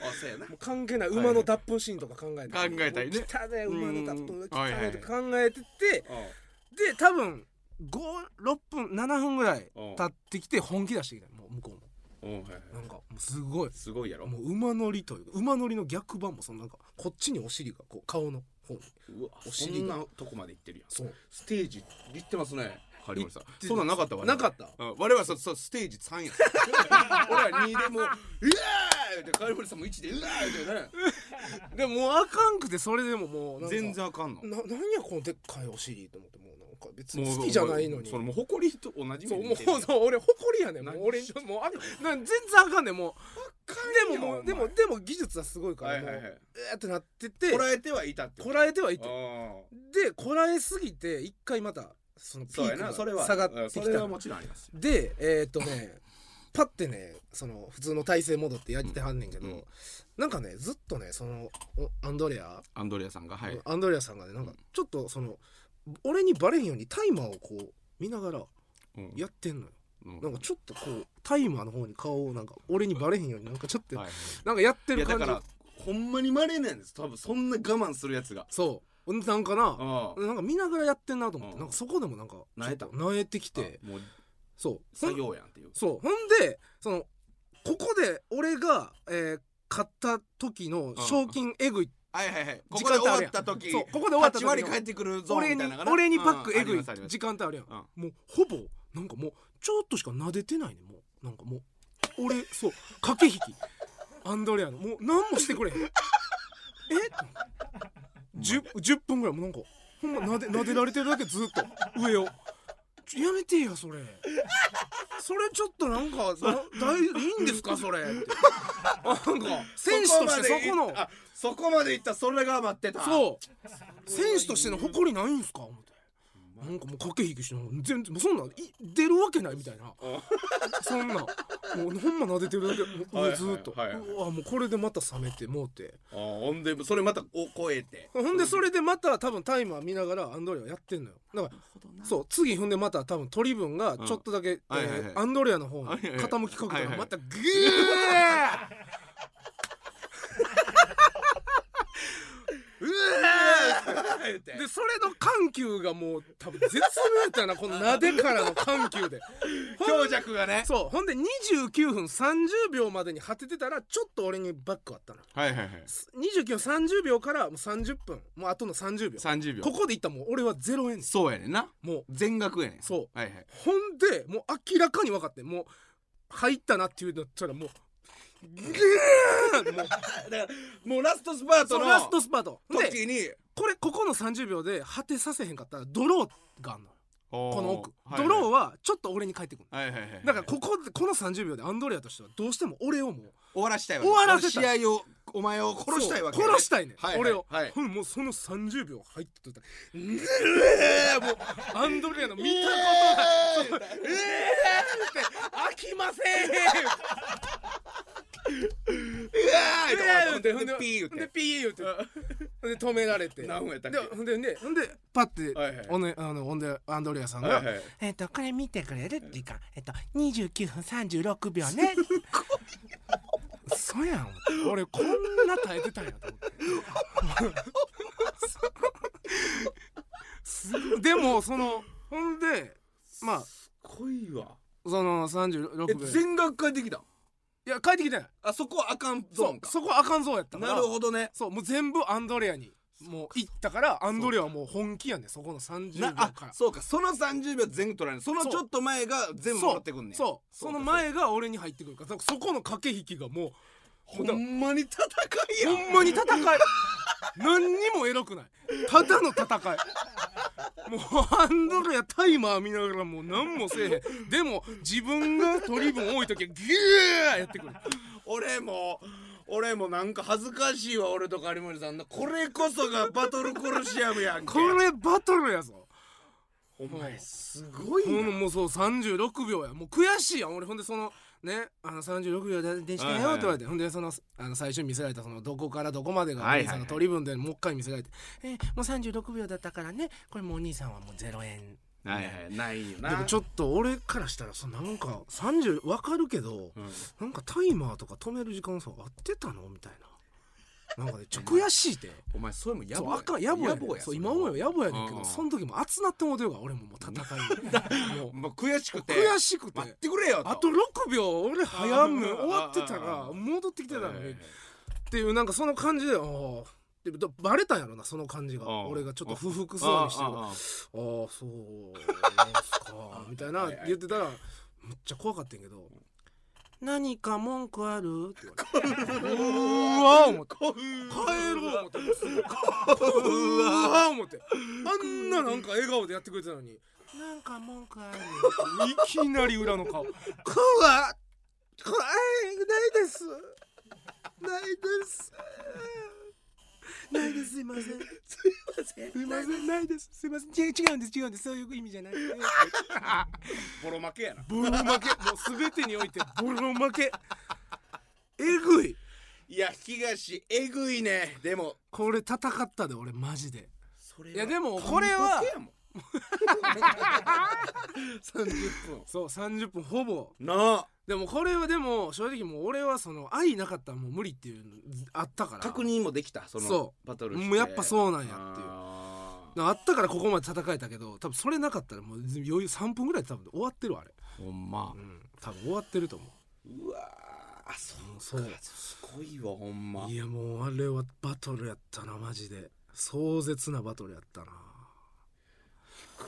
[SPEAKER 1] あそうやな
[SPEAKER 2] もう関係ない馬の脱粉シーンとか考えて、
[SPEAKER 1] はい考えたりね
[SPEAKER 2] もう汚い馬の脱
[SPEAKER 1] うん
[SPEAKER 2] 粉汚
[SPEAKER 1] はいはい
[SPEAKER 2] いとか考えてて
[SPEAKER 4] おう
[SPEAKER 2] で多分56分7分ぐらい
[SPEAKER 4] うん
[SPEAKER 2] 経ってきて本気出してきたもう向こうも
[SPEAKER 4] おうはいはい
[SPEAKER 2] なんかもうすごい
[SPEAKER 4] すごいやろ
[SPEAKER 2] もう馬乗りというか馬乗りの逆版もそのなんかこっちにお尻がこう顔の方に
[SPEAKER 4] うわ
[SPEAKER 2] お
[SPEAKER 4] そ
[SPEAKER 2] 尻
[SPEAKER 4] ん
[SPEAKER 2] が
[SPEAKER 4] なとこまで行ってるやん
[SPEAKER 2] そう
[SPEAKER 4] ステージ行ってますね
[SPEAKER 1] 張りました
[SPEAKER 2] い
[SPEAKER 1] そんなんなかったわ
[SPEAKER 2] なかった
[SPEAKER 1] うん我々そそステージ3や (laughs) 俺ら2でもううわーってカリフォルさんも1でうわーってね
[SPEAKER 2] でももうあかんくてそれでももうなんか
[SPEAKER 1] (laughs) 全然あかんの
[SPEAKER 2] な何やこのでっかいお尻と思ってもうなんか別に好きじゃないのに
[SPEAKER 1] それもう誇りと同じ
[SPEAKER 2] そうも
[SPEAKER 1] 目で見
[SPEAKER 2] う
[SPEAKER 1] てるやん
[SPEAKER 2] そう俺誇りやねんもう
[SPEAKER 1] 何
[SPEAKER 2] 俺
[SPEAKER 1] し
[SPEAKER 2] もうあなん全然あかんねんもうで
[SPEAKER 1] いよ
[SPEAKER 2] もも
[SPEAKER 1] お
[SPEAKER 2] う
[SPEAKER 1] 前
[SPEAKER 2] でもでも技術はすごいから、
[SPEAKER 4] はいはいはい
[SPEAKER 2] もうえーってなってて
[SPEAKER 4] こらえてはいたって
[SPEAKER 2] こらえてはいて
[SPEAKER 4] ああ
[SPEAKER 2] でこらえすぎて一回またそのピ
[SPEAKER 4] そうや
[SPEAKER 2] ーク
[SPEAKER 4] な
[SPEAKER 2] が
[SPEAKER 4] それは
[SPEAKER 2] 下がってき
[SPEAKER 4] それ
[SPEAKER 2] た
[SPEAKER 4] は
[SPEAKER 2] の
[SPEAKER 4] もちろんあります
[SPEAKER 2] でえーっとねパッてねその普通の体勢戻ってやってはんねんけど、
[SPEAKER 1] うんうん
[SPEAKER 2] なんかねずっとねそのおアンドレア、
[SPEAKER 1] アンドレアさんがはい
[SPEAKER 2] アンドレアさんがねなんかちょっとその俺にバレへんようにタイマーをこう見ながら
[SPEAKER 1] うん
[SPEAKER 2] やってんのよ。
[SPEAKER 1] うん
[SPEAKER 2] なんかちょっとこうタイマーの方に顔をなんか俺にバレへんようになんかちょっと
[SPEAKER 1] はい
[SPEAKER 2] なんかやって
[SPEAKER 1] い
[SPEAKER 2] る
[SPEAKER 1] やだ
[SPEAKER 2] 感じ
[SPEAKER 1] からほんまに稀なんです多分そんな我慢するやつが
[SPEAKER 2] そうなんかな
[SPEAKER 1] ああ
[SPEAKER 2] なんか見ながらやってんなと思って
[SPEAKER 1] うん
[SPEAKER 2] なんかそこでもなんか
[SPEAKER 1] 慣れた
[SPEAKER 2] ちょっと慣れてきて
[SPEAKER 1] あもう
[SPEAKER 2] そうほん
[SPEAKER 1] 作業やんっていう
[SPEAKER 2] そうほんでそのここで俺がえー買った時の賞金えぐい
[SPEAKER 1] はいはいはいこ
[SPEAKER 2] 時
[SPEAKER 1] こ
[SPEAKER 2] 間
[SPEAKER 1] で終
[SPEAKER 2] 帯あ
[SPEAKER 1] わ
[SPEAKER 2] るや
[SPEAKER 1] っ
[SPEAKER 2] ん
[SPEAKER 1] た時
[SPEAKER 2] そうここで終わった時
[SPEAKER 1] 8
[SPEAKER 2] の
[SPEAKER 1] 割帰ってくるぞみた
[SPEAKER 2] 俺
[SPEAKER 1] い
[SPEAKER 2] に
[SPEAKER 1] なのがな
[SPEAKER 2] 俺にパッ
[SPEAKER 1] う
[SPEAKER 2] ク
[SPEAKER 1] ん
[SPEAKER 2] えぐ
[SPEAKER 1] ありま
[SPEAKER 2] い
[SPEAKER 1] すあります
[SPEAKER 2] 時間帯あるやん
[SPEAKER 1] うん
[SPEAKER 2] もうほぼなんかもうちょっとしか撫でてないねもうなんかもう俺そう駆け引きアンドレアのもう何もしてくれへん (laughs) え 10, 10分ぐらいもうなんかほんま撫で撫でられてるだけずっと上をちょやめてやそれそれちょっとなんかな大いいんですか (laughs) それってなんか選手としてそこの
[SPEAKER 4] あそこまで行ったそれが待ってたう
[SPEAKER 2] そう選手としての誇りないんすか思ってなんかもう駆け引きしてなんか全然もうそんなんい出るわけないみたいな
[SPEAKER 1] (laughs)
[SPEAKER 2] そんなんもうほんま撫でてるだけもう
[SPEAKER 4] はいはい
[SPEAKER 2] ずーっと、
[SPEAKER 4] はいはいう
[SPEAKER 2] わもうこれでまた冷めてもうて
[SPEAKER 4] ああほんでそれまたお超えて
[SPEAKER 2] (laughs) ほんでそれでまた多分タイマー見ながらアンドレアやってんのよだからそう次踏んでまた多分取り分がちょっとだけ、
[SPEAKER 1] はい
[SPEAKER 2] えー
[SPEAKER 1] はいはい
[SPEAKER 2] アンドレアの方に
[SPEAKER 1] はいはいはい
[SPEAKER 2] 傾きかけた
[SPEAKER 1] はいは
[SPEAKER 2] ら
[SPEAKER 1] い
[SPEAKER 2] またグー
[SPEAKER 4] うわ
[SPEAKER 1] (laughs)
[SPEAKER 4] ー言うて
[SPEAKER 2] でそれの緩急がもう多分絶妙やったよなこの撫でからの緩急
[SPEAKER 1] (laughs)
[SPEAKER 2] で
[SPEAKER 4] 強弱がね
[SPEAKER 2] そうほんで29分30秒までに果ててたらちょっと俺にバックあったの
[SPEAKER 1] はいはいはい
[SPEAKER 2] す29分30秒からもう30分もうあとの30秒
[SPEAKER 1] 30秒
[SPEAKER 2] ここでいったらもう俺は0円です
[SPEAKER 1] そうやねんな
[SPEAKER 2] もう
[SPEAKER 1] 全額やねん
[SPEAKER 2] そう
[SPEAKER 1] はい (laughs) はい
[SPEAKER 2] ほんでもう明らかに分かってもう入ったなっていうのだったらもうグーンもう
[SPEAKER 4] もうラストスパー
[SPEAKER 2] そ
[SPEAKER 4] ト
[SPEAKER 2] の
[SPEAKER 4] の
[SPEAKER 2] ラストスパートで
[SPEAKER 4] 時に
[SPEAKER 2] これここの30秒で果てさせへんかったらドローがあんのよこ
[SPEAKER 5] こ
[SPEAKER 2] の奥、ドロー
[SPEAKER 5] ー
[SPEAKER 2] はちょっと俺に返ってくる
[SPEAKER 5] はいはいはいはい
[SPEAKER 2] だからこここの30秒でアンドレアとしてはどうしても俺をもう
[SPEAKER 5] 終わらしたいわ
[SPEAKER 2] 終わらせ
[SPEAKER 5] こ
[SPEAKER 2] たい
[SPEAKER 5] の試合をお前を殺したいわけ
[SPEAKER 2] そう殺したいねん、
[SPEAKER 5] はいはい
[SPEAKER 2] 俺を、
[SPEAKER 5] はい
[SPEAKER 2] ほんでもうその30秒入ってたら「うえーもうアンドレアの見たことない「うえー!」って「飽きません!」うえー!」ってほんで
[SPEAKER 5] ピー言うて
[SPEAKER 2] (laughs) ほんでピー言うてほんで止められて
[SPEAKER 4] 何分やったっ
[SPEAKER 2] で
[SPEAKER 4] け
[SPEAKER 2] ほんでねほんでパッて、
[SPEAKER 4] はいはい
[SPEAKER 2] おね、あのほんでアンドレアさんが「
[SPEAKER 4] はいはい
[SPEAKER 2] えっ、とこれ見てくれる時間えっ、と29分36秒ねすごいよ嘘やん俺こんな耐えてたんやと思ってすごい (laughs) でもそのほんでまあ
[SPEAKER 4] 恋は
[SPEAKER 2] その36秒
[SPEAKER 1] え全額返ってきた
[SPEAKER 2] いや帰ってきてない
[SPEAKER 1] あそこはあかんゾー
[SPEAKER 2] そ
[SPEAKER 1] ン
[SPEAKER 2] う
[SPEAKER 1] か
[SPEAKER 2] そこはあかんぞやったから
[SPEAKER 1] なるほどね
[SPEAKER 2] そうもう全部アンドレアにもう行ったからアンドレアはもう本気やねそこの30
[SPEAKER 1] な
[SPEAKER 2] 秒
[SPEAKER 1] あ
[SPEAKER 2] から
[SPEAKER 1] そうかその30秒全部取られるその
[SPEAKER 2] そう
[SPEAKER 1] ちょっと前が全部もらってくんねん
[SPEAKER 2] そうそうその前が俺に入ってくるからそそこの駆け引きがもうほ
[SPEAKER 1] ほんまに戦いやん
[SPEAKER 2] ほんまに戦い (laughs) 何にもエロくないただの戦いもうハンドルやタイマー見ながらもう何もせえへんでも自分が取り分多い時はギューやってくる
[SPEAKER 1] 俺も俺もなんか恥ずかしいわ俺とか有森さんのこれこそがバトルコルシアムや (laughs) んけ
[SPEAKER 2] これバトルやぞ
[SPEAKER 1] お前すごい
[SPEAKER 2] ほん
[SPEAKER 1] な
[SPEAKER 2] のもうそう36秒やもう悔しいやん俺ほんでそのねあの36秒で電子券よって言われて、ほんでそのあの最初に見せられたそのどこからどこまでがお
[SPEAKER 5] はいはい
[SPEAKER 2] 兄さんの取り分でもう一回見せられて、えもう36秒だったからねこれもうお兄さんはもう0円
[SPEAKER 5] はいはい
[SPEAKER 1] ないよ
[SPEAKER 2] で
[SPEAKER 1] な
[SPEAKER 2] もちょっと俺からしたらさなんか30わかるけど、なんかタイマーとか止める時間さ合ってたのみたいななんかねちょっと悔しいで
[SPEAKER 1] お前それもや
[SPEAKER 2] そう
[SPEAKER 1] ぼ
[SPEAKER 2] あかんやぼや
[SPEAKER 1] やぼや
[SPEAKER 2] そう
[SPEAKER 1] それ
[SPEAKER 2] 今思えばやぼやねんけ
[SPEAKER 5] う
[SPEAKER 2] ど
[SPEAKER 5] ん
[SPEAKER 2] その時も熱なってもうてるから俺ももう戦いもう
[SPEAKER 1] もう悔しくて
[SPEAKER 2] 悔しくて
[SPEAKER 1] 待ってくれよと
[SPEAKER 2] あと6秒俺早め
[SPEAKER 5] あ
[SPEAKER 2] 終わってたら戻ってきてたのにっていうなんかその感じでああでもバレたんやろなその感じが
[SPEAKER 5] うん
[SPEAKER 2] 俺がちょっと不服そうにしてるから
[SPEAKER 5] あああ
[SPEAKER 2] ああそうなんす (laughs) かみたいな言ってたらめっちゃ怖かったんやけど「何か文句ある?」って言われて「うわ」思って「帰ろう」思って「 (laughs) うわ」思ってあんななんか笑顔でやってくれてたのに「なんか文句ある?」いきなり裏の顔「怖っ怖いないですないです」ないですすいません。すいません。すいませんないです。すいません。違う違うんです違うんですそういう意味じゃない。
[SPEAKER 4] ボロ負けやな
[SPEAKER 2] ボロ負けもうすべてにおいてボロ負け。えぐい。
[SPEAKER 1] いや東えぐいねでも
[SPEAKER 2] これ戦ったで俺マジで。
[SPEAKER 1] それ
[SPEAKER 2] いやでもこれは (laughs)
[SPEAKER 1] 三十分
[SPEAKER 2] そう30分ほぼ。
[SPEAKER 1] なあ
[SPEAKER 2] でもこれはでも正直もう俺はその愛なかったらもう無理っていうのあったから。
[SPEAKER 1] 確認もできたその
[SPEAKER 2] そ
[SPEAKER 1] バトルして
[SPEAKER 2] もうやっぱ
[SPEAKER 1] う
[SPEAKER 2] そうなんやっていう。
[SPEAKER 1] あ
[SPEAKER 2] あったからここまで戦えたけど多分それなかったらもう余裕3分ぐらいで多分終わってるわあれ
[SPEAKER 1] ーほんま
[SPEAKER 2] うん多分終わってると思う
[SPEAKER 1] うわーあそう
[SPEAKER 2] もうそう
[SPEAKER 1] すごいわほんま
[SPEAKER 2] いやもうあれはバトルやったなマジで壮絶なバトルやったな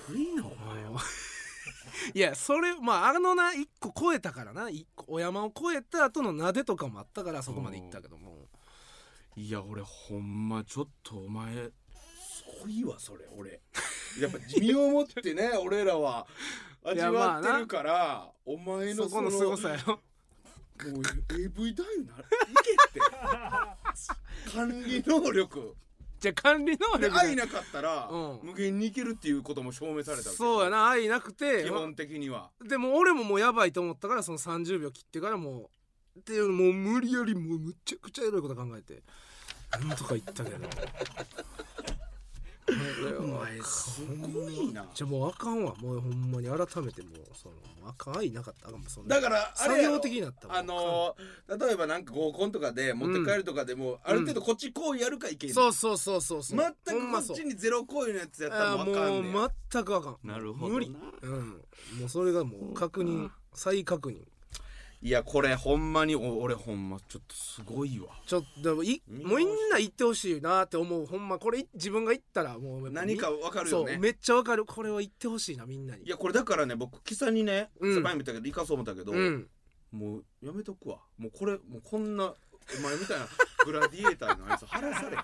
[SPEAKER 1] 食いなお前
[SPEAKER 2] もう (laughs) いやそれまああのな1個超えたからな一個お山を越えた後の撫でとかもあったからそこまで行ったけども
[SPEAKER 5] いや俺ほんまちょっとお前
[SPEAKER 1] すごいわそれ俺やっぱ身をもっ
[SPEAKER 2] (laughs)
[SPEAKER 1] てね俺らは味わってるから、お前の
[SPEAKER 2] そこの
[SPEAKER 1] す
[SPEAKER 2] 凄
[SPEAKER 1] ご
[SPEAKER 2] さやろ
[SPEAKER 1] もう AV 男優ならいけって (laughs) 管理能力
[SPEAKER 2] じゃあ管理能
[SPEAKER 1] で
[SPEAKER 2] 力
[SPEAKER 1] 愛なかったら、
[SPEAKER 2] うん
[SPEAKER 1] 無限にいけるっていうことも証明されたわけ
[SPEAKER 2] そうやな愛なくて
[SPEAKER 1] 基本的には
[SPEAKER 2] でも俺ももうやばいと思ったからその30秒切ってからもうっていうもう無理やりもうむちゃくちゃエロいこと考えてなんとか言ったけどお前す
[SPEAKER 1] ごいな
[SPEAKER 2] じゃあもうあかんわもうほんまに改めてもうそのもうあかん愛なかったあかんもうそんな
[SPEAKER 1] だからあ
[SPEAKER 2] 作
[SPEAKER 1] れやろ
[SPEAKER 2] 業的になったもん
[SPEAKER 1] あのー例えばなんか合コンとかで持って帰るとかでも、ある程度こっちこうやるかいけんねん
[SPEAKER 2] そうそうそうそうそう
[SPEAKER 1] 全くこっちにゼロ行為のやつやったら
[SPEAKER 2] あ
[SPEAKER 1] もうあかんねん
[SPEAKER 2] もう全くあかん
[SPEAKER 5] なるほどな
[SPEAKER 2] 無理うんもうそれがもう確認再確認
[SPEAKER 1] いやこれほんまにお俺ほんまちょっとすごいわ
[SPEAKER 2] ちょっとでもいもうみんな行ってほしいなって思うほんまこれい自分が行ったらもうやっぱみ
[SPEAKER 1] 何かわかるよ
[SPEAKER 2] そう
[SPEAKER 1] ね
[SPEAKER 2] めっちゃわかるこれは行ってほしいなみんなに
[SPEAKER 1] いやこれだからね僕キサにね
[SPEAKER 2] うん
[SPEAKER 1] スパイ見たけど、イカそう思ったけど、
[SPEAKER 2] うん
[SPEAKER 1] もうやめとくわもうこれもうこんな (laughs) お前みたいなグラディエーターのあいつ晴らされ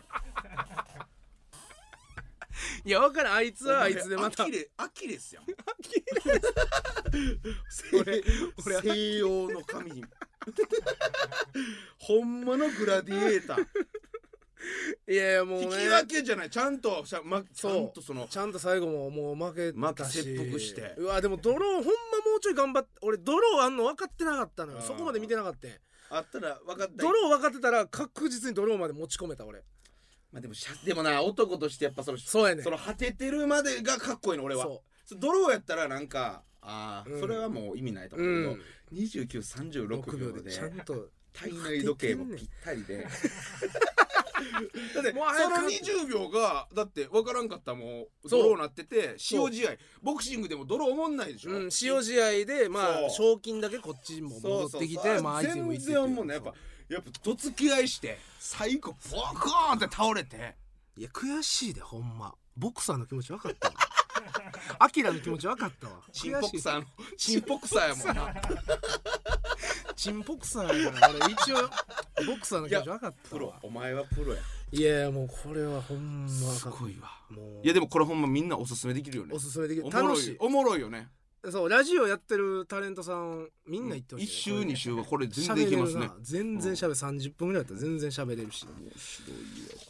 [SPEAKER 2] いや分からんあいつはあいつでまた
[SPEAKER 1] アキレアキレスやん
[SPEAKER 2] (laughs) 俺俺は
[SPEAKER 1] 西洋の神ほんまのグラディエーター
[SPEAKER 2] いやいやもうね
[SPEAKER 1] 引き分けじゃないちゃんとしゃ、ま、ち
[SPEAKER 2] そう
[SPEAKER 1] ゃんとその
[SPEAKER 2] ちゃんと最後ももう負けたし
[SPEAKER 1] また切腹して
[SPEAKER 2] うわでもドローほんまもうちょい頑張って俺ドローあんの分かってなかったのよ
[SPEAKER 1] あー
[SPEAKER 2] そこまで見てなかったん
[SPEAKER 1] あったら分かった
[SPEAKER 2] ドロー分かってたら確実にドローまで持ち込めた俺
[SPEAKER 1] まあ、でもしゃでもな男としてやっぱその
[SPEAKER 2] そうやねん
[SPEAKER 1] その果ててるまでがかっこいいの俺は
[SPEAKER 2] そ
[SPEAKER 1] そドローやったらなんかあー、
[SPEAKER 2] うん
[SPEAKER 1] それはもう意味ないと
[SPEAKER 2] う
[SPEAKER 1] 思う
[SPEAKER 2] う
[SPEAKER 1] けど
[SPEAKER 2] ん、
[SPEAKER 1] 2936
[SPEAKER 2] 6
[SPEAKER 1] 秒
[SPEAKER 2] 秒
[SPEAKER 1] で
[SPEAKER 2] でちゃんと
[SPEAKER 1] 体内時計もぴったりで (laughs) だって
[SPEAKER 2] もう早く
[SPEAKER 1] その20秒がだって分からんかったらもう
[SPEAKER 2] そう
[SPEAKER 1] ドローなってて
[SPEAKER 2] そう
[SPEAKER 1] 塩試合ボクシングでもドロー思んないでしょ、
[SPEAKER 2] うん、塩試合で、まあ、
[SPEAKER 1] そ
[SPEAKER 2] 賞金だけこっちにも
[SPEAKER 1] そう
[SPEAKER 2] 戻
[SPEAKER 1] そ
[SPEAKER 2] っ
[SPEAKER 1] う
[SPEAKER 2] てき
[SPEAKER 1] そう
[SPEAKER 2] て、まあ、相手にも行
[SPEAKER 1] 全
[SPEAKER 2] ってってい
[SPEAKER 1] 然もうねやっぱやっぱとつき合いして最後ボコーンって倒れて
[SPEAKER 2] いや、悔しいで、ほんま。ボクサーの気持ち分かったわ。 (laughs) アキラの気持ち分かったわ。
[SPEAKER 1] チンポク
[SPEAKER 2] 悔しい
[SPEAKER 1] サーのチンポクサーやもんな
[SPEAKER 5] (laughs)
[SPEAKER 2] チンポクサーやから、俺、一応、ボクサーの気持ち分かった
[SPEAKER 1] プロ
[SPEAKER 2] わ。
[SPEAKER 1] お前はプロや
[SPEAKER 2] いやいや、もう、これはほんまあ
[SPEAKER 5] す
[SPEAKER 2] かん
[SPEAKER 5] ごいわ
[SPEAKER 2] もう、
[SPEAKER 5] いやでもこれほんまみんなおすすめできるよね
[SPEAKER 2] おすすめでき
[SPEAKER 5] お
[SPEAKER 2] る。
[SPEAKER 5] もろ
[SPEAKER 2] 楽
[SPEAKER 5] い
[SPEAKER 2] し
[SPEAKER 5] おもろいよね
[SPEAKER 2] い。そう、ラジオやってるタレントさん、みんな言ってほしいね。
[SPEAKER 5] 一週二
[SPEAKER 2] これね
[SPEAKER 5] 週はこれ全
[SPEAKER 2] 喋
[SPEAKER 5] 然
[SPEAKER 2] れ
[SPEAKER 5] い
[SPEAKER 2] る
[SPEAKER 5] け
[SPEAKER 2] な
[SPEAKER 5] ますね
[SPEAKER 2] 全然喋る、30分ぐらいだったら全然喋れるし。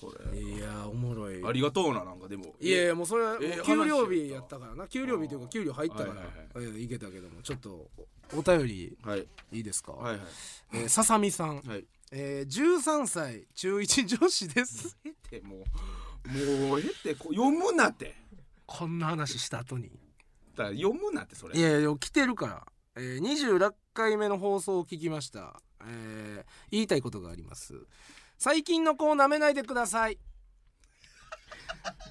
[SPEAKER 5] こ
[SPEAKER 2] いや、おもろい。
[SPEAKER 5] れありがとうななんかでも
[SPEAKER 2] いやいやもうそれはもう
[SPEAKER 5] ええ
[SPEAKER 2] 給料日やったからな給料日というか給料入ったから、
[SPEAKER 5] はいい
[SPEAKER 2] えいけたけどもちょっとおお便り
[SPEAKER 5] はい
[SPEAKER 2] いいですか、
[SPEAKER 5] はいはい
[SPEAKER 2] えーささみさん、
[SPEAKER 5] はい
[SPEAKER 2] えー、13歳中1女子
[SPEAKER 5] (laughs)
[SPEAKER 2] です
[SPEAKER 5] えってもうもうえってこ読むなって
[SPEAKER 2] こんな話した後に
[SPEAKER 5] だから読むなってそれ
[SPEAKER 2] いやいや来てるから、えー、26回目の放送を聞きました、えー、言いたいことがあります最近の子を舐めないでくだ
[SPEAKER 5] (laughs)
[SPEAKER 2] さい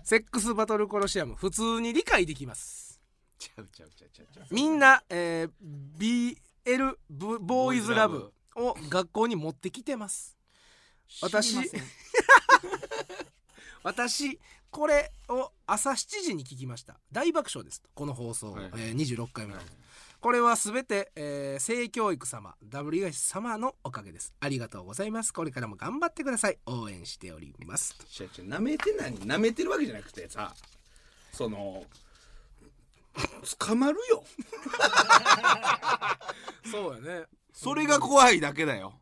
[SPEAKER 2] セックスバトルコロシアム普通に理解できます
[SPEAKER 5] ちゃうちゃうちゃうちゃうちゃう
[SPEAKER 2] みんな、えー、BL ブボーイズラブを学校に持ってきてます私
[SPEAKER 5] 知りません
[SPEAKER 2] 私 (laughs) これを朝7時に聞きました大爆笑ですとこの放送、
[SPEAKER 5] はい
[SPEAKER 2] えー26回目の、これは全て、えー性教育様 W 東様のおかげですありがとうございますこれからも頑張ってください応援しておりますと
[SPEAKER 1] ちゃちゃ舐めて何舐めてるわけじゃなくてさその捕まるよ
[SPEAKER 2] そうやね
[SPEAKER 5] それが怖いだけだよ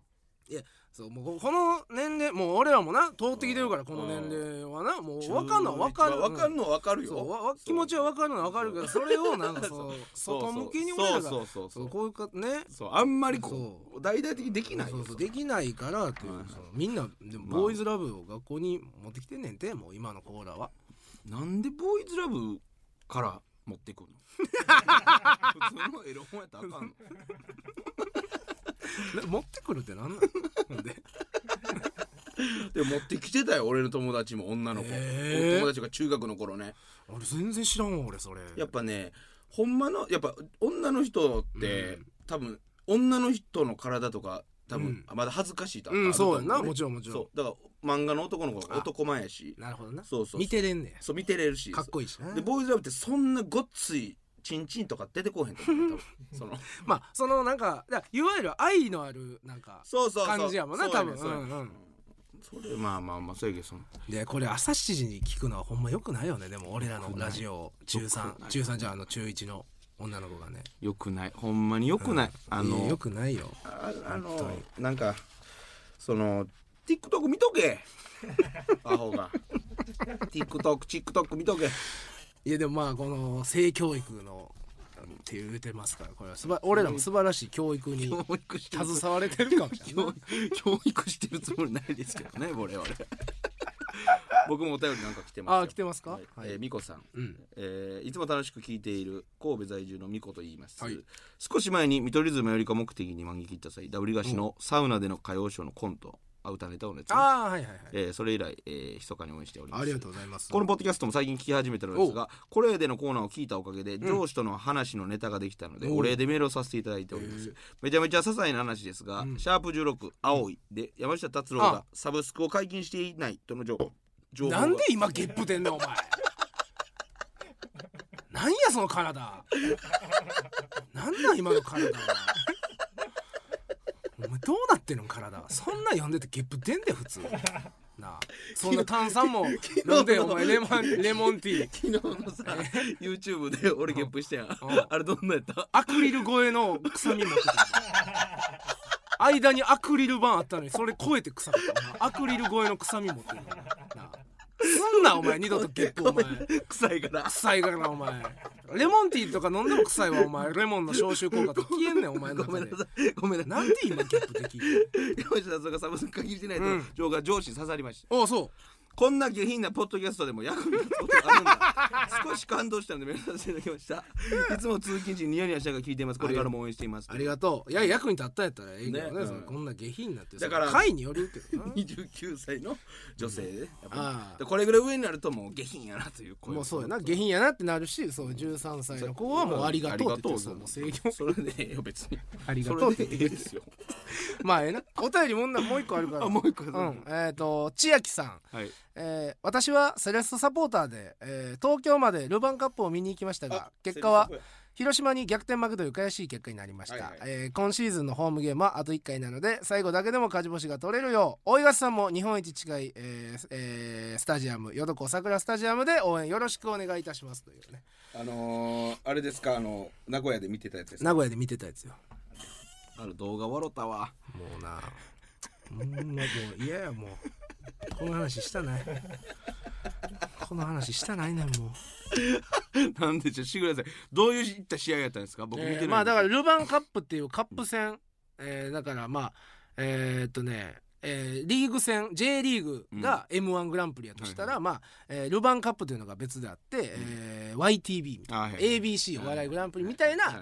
[SPEAKER 2] いやそうもうここの年齢もう俺らもな通ってきてるからこの年齢はなもう分かんのは分かる
[SPEAKER 1] 分かるのは分かるよ
[SPEAKER 2] そうわわ気持ちは分かるのは分かるけどそれをなんかそう外向けに俺らが
[SPEAKER 5] そうそう
[SPEAKER 2] そ
[SPEAKER 5] そうう
[SPEAKER 2] こういうかね
[SPEAKER 5] そうあんまりこ
[SPEAKER 2] そう
[SPEAKER 5] 大々的にできない
[SPEAKER 2] そ
[SPEAKER 5] よ
[SPEAKER 2] うそうできないからっていうそのみんなでも
[SPEAKER 5] まあ
[SPEAKER 2] ボーイズラブを学校に持ってきてんねんてもう今のコーラは
[SPEAKER 5] なんでボーイズラブから持って
[SPEAKER 1] (laughs)
[SPEAKER 5] くるの普通のエロ本やったらあかんの
[SPEAKER 2] な持ってくるってなんなんで
[SPEAKER 1] で持ってきてたよ俺の友達も女の子、
[SPEAKER 2] へー
[SPEAKER 1] 友達が中学の頃ね
[SPEAKER 2] 俺全然知らんわ俺それ
[SPEAKER 1] やっぱねほんまのやっぱ女の人って、多分女の人の体とか多分、まだ恥ずかしいとかあ
[SPEAKER 2] う
[SPEAKER 1] る
[SPEAKER 2] ん
[SPEAKER 1] と思
[SPEAKER 2] そうう
[SPEAKER 1] ね、
[SPEAKER 2] やんなもちろんもちろん
[SPEAKER 1] そうだから漫画の男の子が
[SPEAKER 2] あ
[SPEAKER 1] 男前やし
[SPEAKER 2] なるほどな
[SPEAKER 1] そうそう
[SPEAKER 2] 見てれんね
[SPEAKER 1] そう見てれるし
[SPEAKER 2] やかっこいいしな
[SPEAKER 1] でボーイズラブってそんなごっついチンチンとか出てこうへんと
[SPEAKER 2] (laughs)
[SPEAKER 1] 思う多分その
[SPEAKER 2] まあそのなんかだからいわゆる愛のあるなんか
[SPEAKER 1] そうそうそう
[SPEAKER 2] 感じやもんな
[SPEAKER 1] そう
[SPEAKER 2] 多
[SPEAKER 1] ね
[SPEAKER 2] 分
[SPEAKER 1] そうやね
[SPEAKER 2] うんうん
[SPEAKER 5] それまあまあまあそうやけどその
[SPEAKER 2] でこれ朝7時に聞くのはほんまよくないよねでも俺らのラジオ中3中3じゃあの中1の女の子がね
[SPEAKER 5] よくないほんまによくない、あ
[SPEAKER 2] いやよ
[SPEAKER 5] の
[SPEAKER 2] くないよ
[SPEAKER 1] ああのなんかその TikTok 見とけ (laughs) アホが TikTokTikTok 見とけ
[SPEAKER 2] いやでもまあこの性教育のって言うてますからこれはすば俺らも素晴らしい教育に
[SPEAKER 5] 教育してる
[SPEAKER 2] 携われてるかもしれない
[SPEAKER 5] 教教育してるつもりないですけ
[SPEAKER 1] (laughs)
[SPEAKER 5] どね我々
[SPEAKER 1] 僕もお便りなんか来てますよ
[SPEAKER 2] あ来てますか
[SPEAKER 1] はいえー、みこさん、
[SPEAKER 2] うん
[SPEAKER 1] えーいつも楽しく聞いている神戸在住のみこと言います、
[SPEAKER 2] はい
[SPEAKER 1] 少し前に見取り図マよりか目的に満劇行った際ダブリガシのサウナでの歌謡ショーのコント、あ歌ネタをね、
[SPEAKER 2] ああはいはいはい
[SPEAKER 1] えーそれ以来、えー、密かに応援しております
[SPEAKER 2] ありがとうございます
[SPEAKER 1] このポッドキャストも最近聞き始めたのですがこれでのコーナーを聞いたおかげで上司との話のネタができたので
[SPEAKER 2] おう
[SPEAKER 1] お礼でメールをさせていただいておりますめちゃめちゃ些細な話ですが、シャープ16青いで山下達郎
[SPEAKER 2] あ
[SPEAKER 1] がサブスクを解禁していないとの情報情報が
[SPEAKER 2] なんで今ゲップ出んねんお前なんやその体なんなん今の体はお前どうなってんの体はそんなん呼んでてゲップ出んで普通ななそんな炭酸も飲んでお前レモンレモンティー
[SPEAKER 1] 昨日のさ YouTube で俺ゲップしてやん
[SPEAKER 2] うん
[SPEAKER 1] あれどんなやった
[SPEAKER 2] アクリル越えの臭み持ってた間にアクリル板あったのにそれ超えて臭かったお前アクリル越えの臭み持ってるなあすんなお前二度とゲップお前
[SPEAKER 1] (laughs) 臭いから
[SPEAKER 2] 臭いからなお前レモンティーとか飲んでも臭いわお前レモンの消臭効果とか消えんねんお前の
[SPEAKER 1] ご
[SPEAKER 2] 中
[SPEAKER 1] めん
[SPEAKER 2] で
[SPEAKER 1] なさいごめんなさい
[SPEAKER 2] なんで今ゲップできる
[SPEAKER 1] 山下達郎がサブスク限りしてないと、
[SPEAKER 2] うん
[SPEAKER 1] 情が上司に刺さりました
[SPEAKER 2] あそう
[SPEAKER 1] こんな下品なポッドキャストでも役に立つことがあるんだ少し感動したのでメールさせていただき
[SPEAKER 2] (laughs)
[SPEAKER 1] ましたいつも通勤時にニヤニヤしながら聞いていますこれからも応援しています
[SPEAKER 2] ありがとういや役に立ったんやったらええけどね
[SPEAKER 1] ね
[SPEAKER 2] その
[SPEAKER 1] うん
[SPEAKER 2] こんな下品になって
[SPEAKER 1] だから
[SPEAKER 2] 会によるけどな
[SPEAKER 1] 29歳の女性で、やっぱり
[SPEAKER 2] あ
[SPEAKER 1] でこれぐらい上になるともう下品やなという
[SPEAKER 2] あ
[SPEAKER 1] 声
[SPEAKER 2] もうそうやな下品やなってなるしそう13歳の子はもうありがとうって言って
[SPEAKER 1] そ
[SPEAKER 2] そううもう制御
[SPEAKER 1] それでええよ別に
[SPEAKER 2] ありが
[SPEAKER 1] そ
[SPEAKER 2] とう
[SPEAKER 1] れ
[SPEAKER 2] っ
[SPEAKER 1] で
[SPEAKER 2] て
[SPEAKER 1] ええですよ
[SPEAKER 2] まあええなお便りもんなもう一個 (laughs) あるから
[SPEAKER 1] あもう一個ある
[SPEAKER 2] うんえっと千秋さん
[SPEAKER 1] はい
[SPEAKER 2] えー私はセレッソサポーターでえー東京までルヴァンカップを見に行きましたが結果は広島に逆転負けという悔しい結果になりました、
[SPEAKER 1] はいはい
[SPEAKER 2] えー今シーズンのホームゲームはあと1回なので最後だけでも勝ち星が取れるよう大東さんも日本一近い、えーえースタジアム淀子桜スタジアムで応援よろしくお願いいたしますというね
[SPEAKER 1] あのー、あれですかあの名古屋で見てたやつですか
[SPEAKER 2] 名古屋で見てたやつよ
[SPEAKER 1] あの動画笑ったわ (laughs)
[SPEAKER 2] もうなほんまもう嫌やもうこの話したないこの話したないねんもう
[SPEAKER 1] なんでちょっとしてくださいどういういった試合やったんですか僕見てないん
[SPEAKER 2] え
[SPEAKER 1] で
[SPEAKER 2] ーまあだからルヴァンカップっていうカップ戦、えーだからまあえーっとね、えーリーグ戦 J リーグが m 1グランプリやとしたら、まあ、えールヴァンカップというのが別であって、えー YTB みたいな、
[SPEAKER 1] はいはい
[SPEAKER 2] ABC お笑いグランプリみたいな
[SPEAKER 1] はい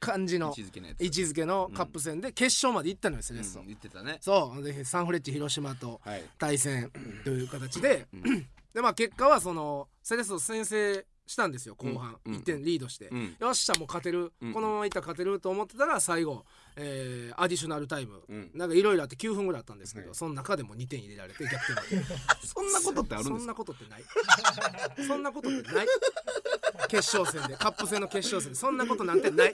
[SPEAKER 2] 感じ
[SPEAKER 1] 位
[SPEAKER 2] の
[SPEAKER 1] 置づけのやつ
[SPEAKER 2] 位置づけのカップ戦で決勝まで行ったのよセレッソ、
[SPEAKER 1] うん言ってたね
[SPEAKER 2] そうでサンフレッチェ広島と
[SPEAKER 1] はい
[SPEAKER 2] 対戦という形で、 (clears throat) でまあ結果はそのセレッソ先制したんですよ後半、
[SPEAKER 1] うんうん
[SPEAKER 2] 1点リードして、
[SPEAKER 1] うん
[SPEAKER 2] よっしゃもう勝てる、
[SPEAKER 1] うん
[SPEAKER 2] このままいったら勝てると思ってたら最後、えーアディショナルタイム、
[SPEAKER 1] うん
[SPEAKER 2] なんかいろいろあって9分ぐらいあったんですけど、
[SPEAKER 1] はい
[SPEAKER 2] その中でも2点入れられて逆転まで
[SPEAKER 1] (laughs) そんなことってあるん
[SPEAKER 2] そ
[SPEAKER 1] です
[SPEAKER 2] ん
[SPEAKER 1] か
[SPEAKER 2] なことってないそんなことってない決勝戦でカップ戦の決勝戦でそんなことなんてない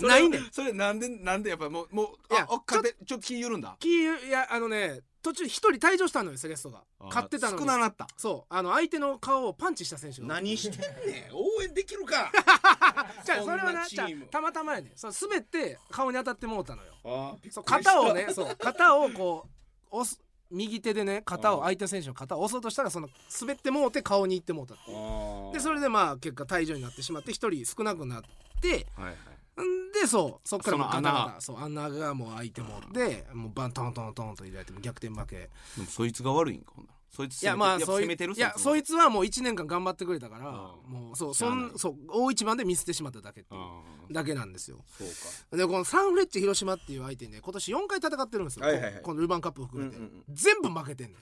[SPEAKER 2] ないねん
[SPEAKER 1] それなんでなんでやっぱもうもう
[SPEAKER 2] いや
[SPEAKER 1] ああ勝てちょっと気緩んだ
[SPEAKER 2] キーいやあのね途中1人退場したのよセレッソが勝ってたの
[SPEAKER 1] 少
[SPEAKER 2] に
[SPEAKER 1] ななった
[SPEAKER 2] そうあの相手の顔をパンチした選手が
[SPEAKER 1] 何してんねん (laughs) 応援できるか
[SPEAKER 2] (laughs) じゃあ
[SPEAKER 1] そん
[SPEAKER 2] そ
[SPEAKER 1] な
[SPEAKER 2] れはな
[SPEAKER 1] チ
[SPEAKER 2] じゃあ
[SPEAKER 1] ーム
[SPEAKER 2] たまたまやねんそう滑って顔に当たってもうたのよ
[SPEAKER 1] あ
[SPEAKER 2] そう肩をねそう肩をこう押す右手でね肩を相手の選手の肩を押そうとしたらその滑ってもうて顔に行ってもうたっていうでそれでまあ結果退場になってしまって一人少なくなって
[SPEAKER 1] はいはい
[SPEAKER 2] んでそうそっからもう
[SPEAKER 1] そ
[SPEAKER 2] ガ
[SPEAKER 1] の穴
[SPEAKER 2] タガタそう穴がもう開いてもうてもうバントントントンと入れられてもう逆転負け
[SPEAKER 1] でもそいつが悪いんかほんならそいつ
[SPEAKER 2] いやまあそう
[SPEAKER 1] 攻
[SPEAKER 2] い
[SPEAKER 1] めてる
[SPEAKER 2] いや
[SPEAKER 1] つ
[SPEAKER 2] そいつはもう1年間頑張ってくれたから
[SPEAKER 1] うん
[SPEAKER 2] もうそう
[SPEAKER 1] しゃ
[SPEAKER 2] そ
[SPEAKER 1] あない
[SPEAKER 2] んそう大一番で見せてしまっただけってい
[SPEAKER 1] あ
[SPEAKER 2] う
[SPEAKER 1] ー
[SPEAKER 2] だけなんですよ
[SPEAKER 1] そうか
[SPEAKER 2] でこのサンフレッチェ広島っていう相手にね今年4回戦ってるんですよ、
[SPEAKER 1] はいはいはい
[SPEAKER 2] このルヴァンカップ含めて、
[SPEAKER 1] うんうんうん
[SPEAKER 2] 全部負けてんねん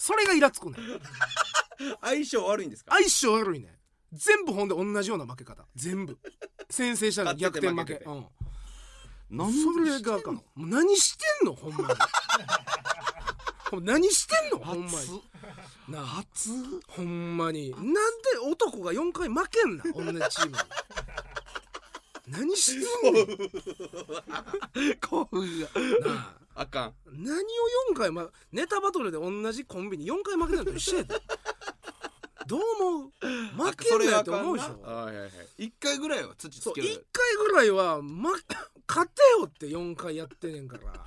[SPEAKER 2] それがイラつくねん
[SPEAKER 1] 相性悪いんですか
[SPEAKER 2] 相性悪いねん全部ほんで同じような負け方全部先制したら逆転負け
[SPEAKER 1] 勝ってて
[SPEAKER 2] うん、
[SPEAKER 1] 何
[SPEAKER 2] それがあかんもう何してんのほんまにほんま何してんのほ (laughs) んまになあ
[SPEAKER 1] 初
[SPEAKER 2] ほんまになんで男が4回負けんな同じチームに何して (laughs) んの
[SPEAKER 1] 興奮が
[SPEAKER 2] なあ
[SPEAKER 1] あかん
[SPEAKER 2] 何を4回、ま、ネタバトルで同じコンビに4回負けたのと一緒やでどう思う負けんなよって思うでしょ
[SPEAKER 1] はいはいはい
[SPEAKER 6] 一回ぐらいは土
[SPEAKER 2] そ
[SPEAKER 6] つ
[SPEAKER 2] う
[SPEAKER 6] け
[SPEAKER 2] 1
[SPEAKER 6] る
[SPEAKER 2] 回ぐらいは、ま、勝てよって4回やってんねんから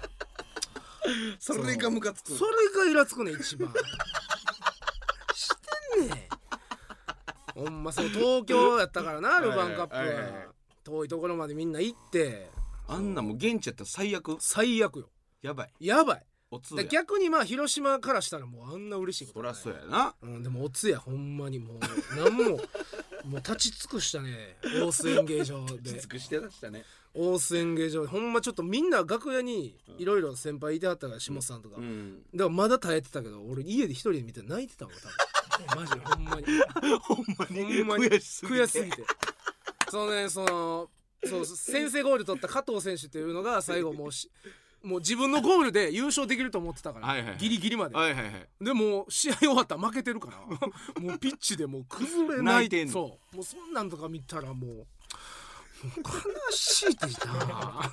[SPEAKER 1] それがムカつく
[SPEAKER 2] それがイラつくねん
[SPEAKER 1] (laughs)
[SPEAKER 2] 一番してんねんほんまそう東京やったからなルヴァンカップ
[SPEAKER 1] はいはいはいはい
[SPEAKER 2] は遠いところまでみんな行って
[SPEAKER 1] あんなもう現地やったら最悪
[SPEAKER 2] 最悪よ
[SPEAKER 1] やばい
[SPEAKER 2] やばい
[SPEAKER 1] お通
[SPEAKER 2] だから
[SPEAKER 1] や
[SPEAKER 2] 逆にまあ広島からしたらもうあんな嬉しいこと
[SPEAKER 1] そ
[SPEAKER 2] な
[SPEAKER 1] り
[SPEAKER 2] い
[SPEAKER 1] ゃそうやな
[SPEAKER 2] うん、でもおつやほんまにもう何ももう立ち尽くしたね大須演芸場で
[SPEAKER 1] 尽くして出したね
[SPEAKER 2] 大須演芸場でほんまちょっとみんな楽屋にいろいろ先輩いてはったから下さんとか、
[SPEAKER 1] ん
[SPEAKER 2] だからまだ耐えてたけど俺家で一人で見て泣いてたもん多分 (laughs) マジでほんまにほんまに悔しすぎて (laughs) そのねそのそう先制ゴール取った加藤選手っていうのが最後もうしもう自分のゴールで優勝できると思ってたから、
[SPEAKER 1] はいはいはい
[SPEAKER 2] ギリギリまで、
[SPEAKER 1] はいはいはい
[SPEAKER 2] でもう試合終わったら負けてるから
[SPEAKER 7] (laughs)
[SPEAKER 2] もうピッチでもう崩れない
[SPEAKER 1] 泣いてんの
[SPEAKER 2] そうもうそんなんとか見たらもうもう悲しいてな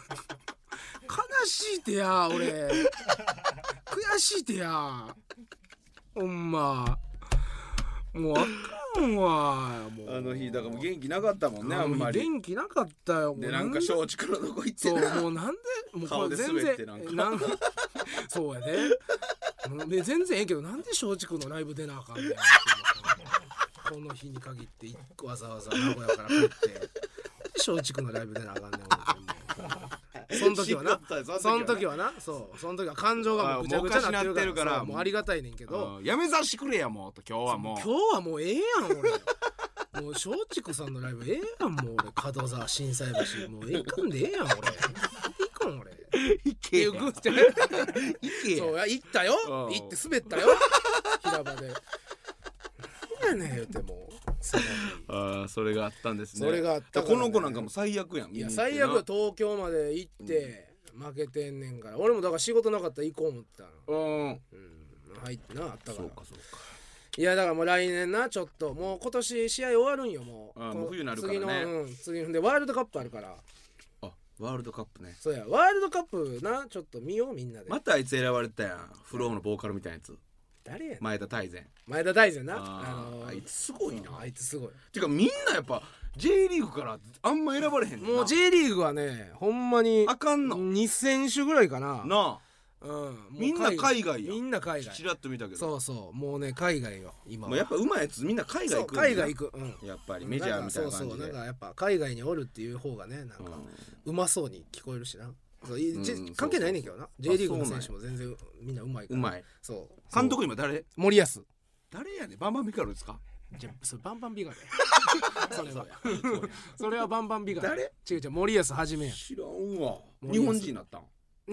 [SPEAKER 2] 悲しいてや俺悔しいてやほんまもうあかんわもう
[SPEAKER 7] あの日だからもう元気なかったもんねあんまり
[SPEAKER 2] 元気なかったよも
[SPEAKER 7] で
[SPEAKER 2] う
[SPEAKER 7] なんか
[SPEAKER 2] で
[SPEAKER 7] 松竹のとこ行って
[SPEAKER 2] そ
[SPEAKER 7] な
[SPEAKER 2] うもうなんでもう
[SPEAKER 7] 顔
[SPEAKER 2] こ
[SPEAKER 7] で
[SPEAKER 2] れ全然
[SPEAKER 7] 滑ってなんか
[SPEAKER 2] なんかそうやねうんで全然ええけどなんで松竹のライブ出なあかんねんって思ったこの日に限っていわざわざ名古屋から帰ってなんで松竹のライブ出なあかんねん思ってもうその時は
[SPEAKER 7] しん
[SPEAKER 2] な
[SPEAKER 7] どかったよ
[SPEAKER 2] そ
[SPEAKER 7] そ
[SPEAKER 2] の
[SPEAKER 7] の
[SPEAKER 2] 時
[SPEAKER 7] 時
[SPEAKER 2] はなそうその時は感情がもうぐちゃぐちゃになってるからそ
[SPEAKER 1] あもうおかしなってるから
[SPEAKER 2] うもうありがたいねんけど、
[SPEAKER 1] うんやめさしてくれやもうと今日はもう
[SPEAKER 2] 今日はもうええやん俺もう松竹さんのライブええやんもう俺門座心斎橋もうええかんでええやん俺いいかん俺
[SPEAKER 1] い
[SPEAKER 2] って
[SPEAKER 1] け
[SPEAKER 2] い
[SPEAKER 1] や
[SPEAKER 2] うグッて
[SPEAKER 1] (laughs)
[SPEAKER 2] そうや行ったよ
[SPEAKER 1] うん
[SPEAKER 2] 行って滑ったよ平場でなんやねん言うてもうその
[SPEAKER 1] あーそれがあったんですね
[SPEAKER 2] それがあったから
[SPEAKER 1] こ
[SPEAKER 2] ね
[SPEAKER 1] の子なんかも最悪やん
[SPEAKER 2] いや最悪よ東京まで行って負けてんねんから俺もだから仕事なかったら行こう思ってたの
[SPEAKER 1] うん
[SPEAKER 2] うん入ってなあったから
[SPEAKER 1] そうか
[SPEAKER 2] いやだからもう来年なちょっともう今年試合終わるんよもう
[SPEAKER 1] ああ
[SPEAKER 2] こ
[SPEAKER 1] もう冬になるからね
[SPEAKER 2] 次の、うん、次のでワールドカップあるから
[SPEAKER 1] あワールドカップね
[SPEAKER 2] そうやワールドカップなちょっと見ようみんなで、
[SPEAKER 1] またあいつ選ばれてたやんフローのボーカルみたいなやつ
[SPEAKER 2] 誰やねん
[SPEAKER 1] 前田大然
[SPEAKER 2] 前田大然なあ
[SPEAKER 1] あ
[SPEAKER 2] のー
[SPEAKER 1] ーあいつすごいな
[SPEAKER 2] あいつすごい
[SPEAKER 1] てかみんなやっぱ J リーグからあんま選ばれへんねんな
[SPEAKER 2] もう J リーグはねほんまに
[SPEAKER 1] あかんの
[SPEAKER 2] 2000種ぐらいかな
[SPEAKER 1] な
[SPEAKER 2] うんもう
[SPEAKER 1] みんな海外や
[SPEAKER 2] みんな海
[SPEAKER 1] あ
[SPEAKER 2] 外
[SPEAKER 1] ちらっと見たけど
[SPEAKER 2] そうそうもうね海外よ今
[SPEAKER 1] もう
[SPEAKER 2] は
[SPEAKER 1] やっぱうまいやつみんな海外
[SPEAKER 2] そう
[SPEAKER 1] 行くんだ
[SPEAKER 2] 海外行くうん
[SPEAKER 1] やっぱりメジャーみたいな感
[SPEAKER 2] んかそう
[SPEAKER 1] じ
[SPEAKER 2] そ
[SPEAKER 1] で
[SPEAKER 2] うなんかやっぱ海外におるっていう方がねなんかうまそうに聞こえるしなそうい
[SPEAKER 1] うん
[SPEAKER 2] じ
[SPEAKER 1] そうそう
[SPEAKER 2] 関係ないねんけどな J リーグの選手も全然みんなうまいか
[SPEAKER 1] う
[SPEAKER 2] ら
[SPEAKER 1] まい
[SPEAKER 2] そう
[SPEAKER 1] 監督今誰
[SPEAKER 2] 森安
[SPEAKER 1] 誰やねんバンバンビカルですか
[SPEAKER 2] じゃあそれバンバンビガね (laughs) それはそれはバンバンビガ誰違う違う森安はじめや
[SPEAKER 1] 知らんわ
[SPEAKER 2] 森保
[SPEAKER 1] 日本人になったん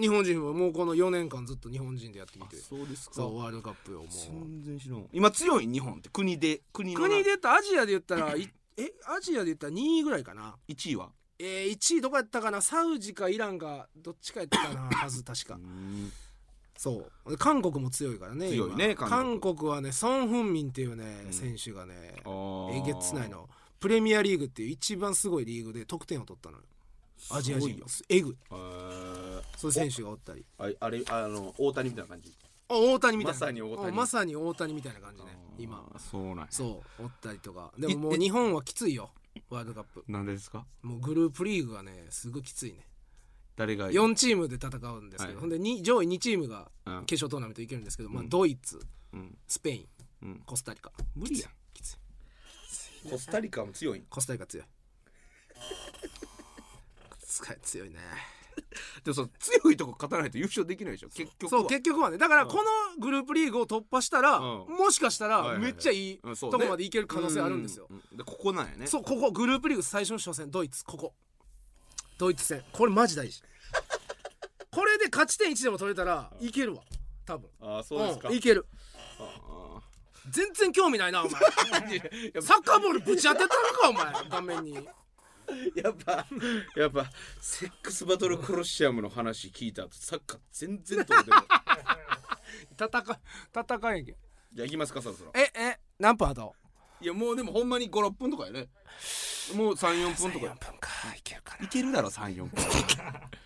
[SPEAKER 2] 日本人はもうこの4年間ずっと日本人でやってきて
[SPEAKER 1] そうです
[SPEAKER 2] そうワールドカップよもう
[SPEAKER 1] 全然知らん今強い日本って国で国のな
[SPEAKER 2] 国で言ったらアジアで言ったらいえアジアで言ったら2位ぐらいかな
[SPEAKER 1] 1位は
[SPEAKER 2] えー、1位どこやったかなサウジかイランかどっちかやったか (coughs) なはず確かそう韓国も強いからね
[SPEAKER 1] 強いね
[SPEAKER 2] 今韓
[SPEAKER 1] 韓国
[SPEAKER 2] 国はねソン・フンミンっていうね、選手がねえげつないのプレミアリーグっていう一番すごいリーグで得点を取ったのよアジア人のえぐい
[SPEAKER 1] へー
[SPEAKER 2] そういう選手がおったり
[SPEAKER 1] ああれあの大谷みたいな感じ
[SPEAKER 2] あ大谷みたいな
[SPEAKER 1] まさに大谷
[SPEAKER 2] うんまさに大谷みたいな感じね今
[SPEAKER 1] そうなんや
[SPEAKER 2] そうおったりとかでももう日本はきついよワールドカップ
[SPEAKER 1] なんでですか
[SPEAKER 2] もうグループリーグがねすごいきついね
[SPEAKER 1] 誰が
[SPEAKER 2] 4チームで戦うんですけど、
[SPEAKER 1] はい
[SPEAKER 2] ほんでに上位2チームが
[SPEAKER 1] うん
[SPEAKER 2] 決勝トーナメント行けるんですけど、まあ、ドイツ、
[SPEAKER 1] ん
[SPEAKER 2] スペイン、
[SPEAKER 1] うん
[SPEAKER 2] コスタリカ
[SPEAKER 1] 無理や
[SPEAKER 2] きつい
[SPEAKER 1] コスタリカも強いん
[SPEAKER 2] コスタリカ強い使い強いね
[SPEAKER 1] でもその強いとこ勝たないと優勝できないでしょ結局は
[SPEAKER 2] そう結局はねだからこのグループリーグを突破したら、
[SPEAKER 1] うん
[SPEAKER 2] もしかした
[SPEAKER 1] はい
[SPEAKER 2] ら
[SPEAKER 1] はいは
[SPEAKER 2] め
[SPEAKER 1] い
[SPEAKER 2] っちゃいい
[SPEAKER 1] うん
[SPEAKER 2] と
[SPEAKER 1] そう
[SPEAKER 2] こ
[SPEAKER 1] ね
[SPEAKER 2] までいける可能性あるんですよ、
[SPEAKER 1] うんでここなんやね
[SPEAKER 2] そうここグループリーグ最初の初戦ドイツここドイツ戦これマジ大
[SPEAKER 1] (laughs)
[SPEAKER 2] 事これで勝ち点1でも取れたらいけるわ多分
[SPEAKER 1] ああそ
[SPEAKER 2] うんいける全然興味ないなお前サッカーボールぶち当てたのかお前画面に
[SPEAKER 1] やっぱやっぱセックスバトルコロシアムの話聞いた後サッカー全然取
[SPEAKER 2] (laughs)
[SPEAKER 1] れてる
[SPEAKER 2] 戦戦えんけ
[SPEAKER 1] じゃあ行きますかそろそろ
[SPEAKER 2] ええ何分あと
[SPEAKER 1] いやもうでもほんまに56分とかやねもう34分とかや
[SPEAKER 2] 分かいけるかない
[SPEAKER 1] けるだろ34分
[SPEAKER 2] (laughs)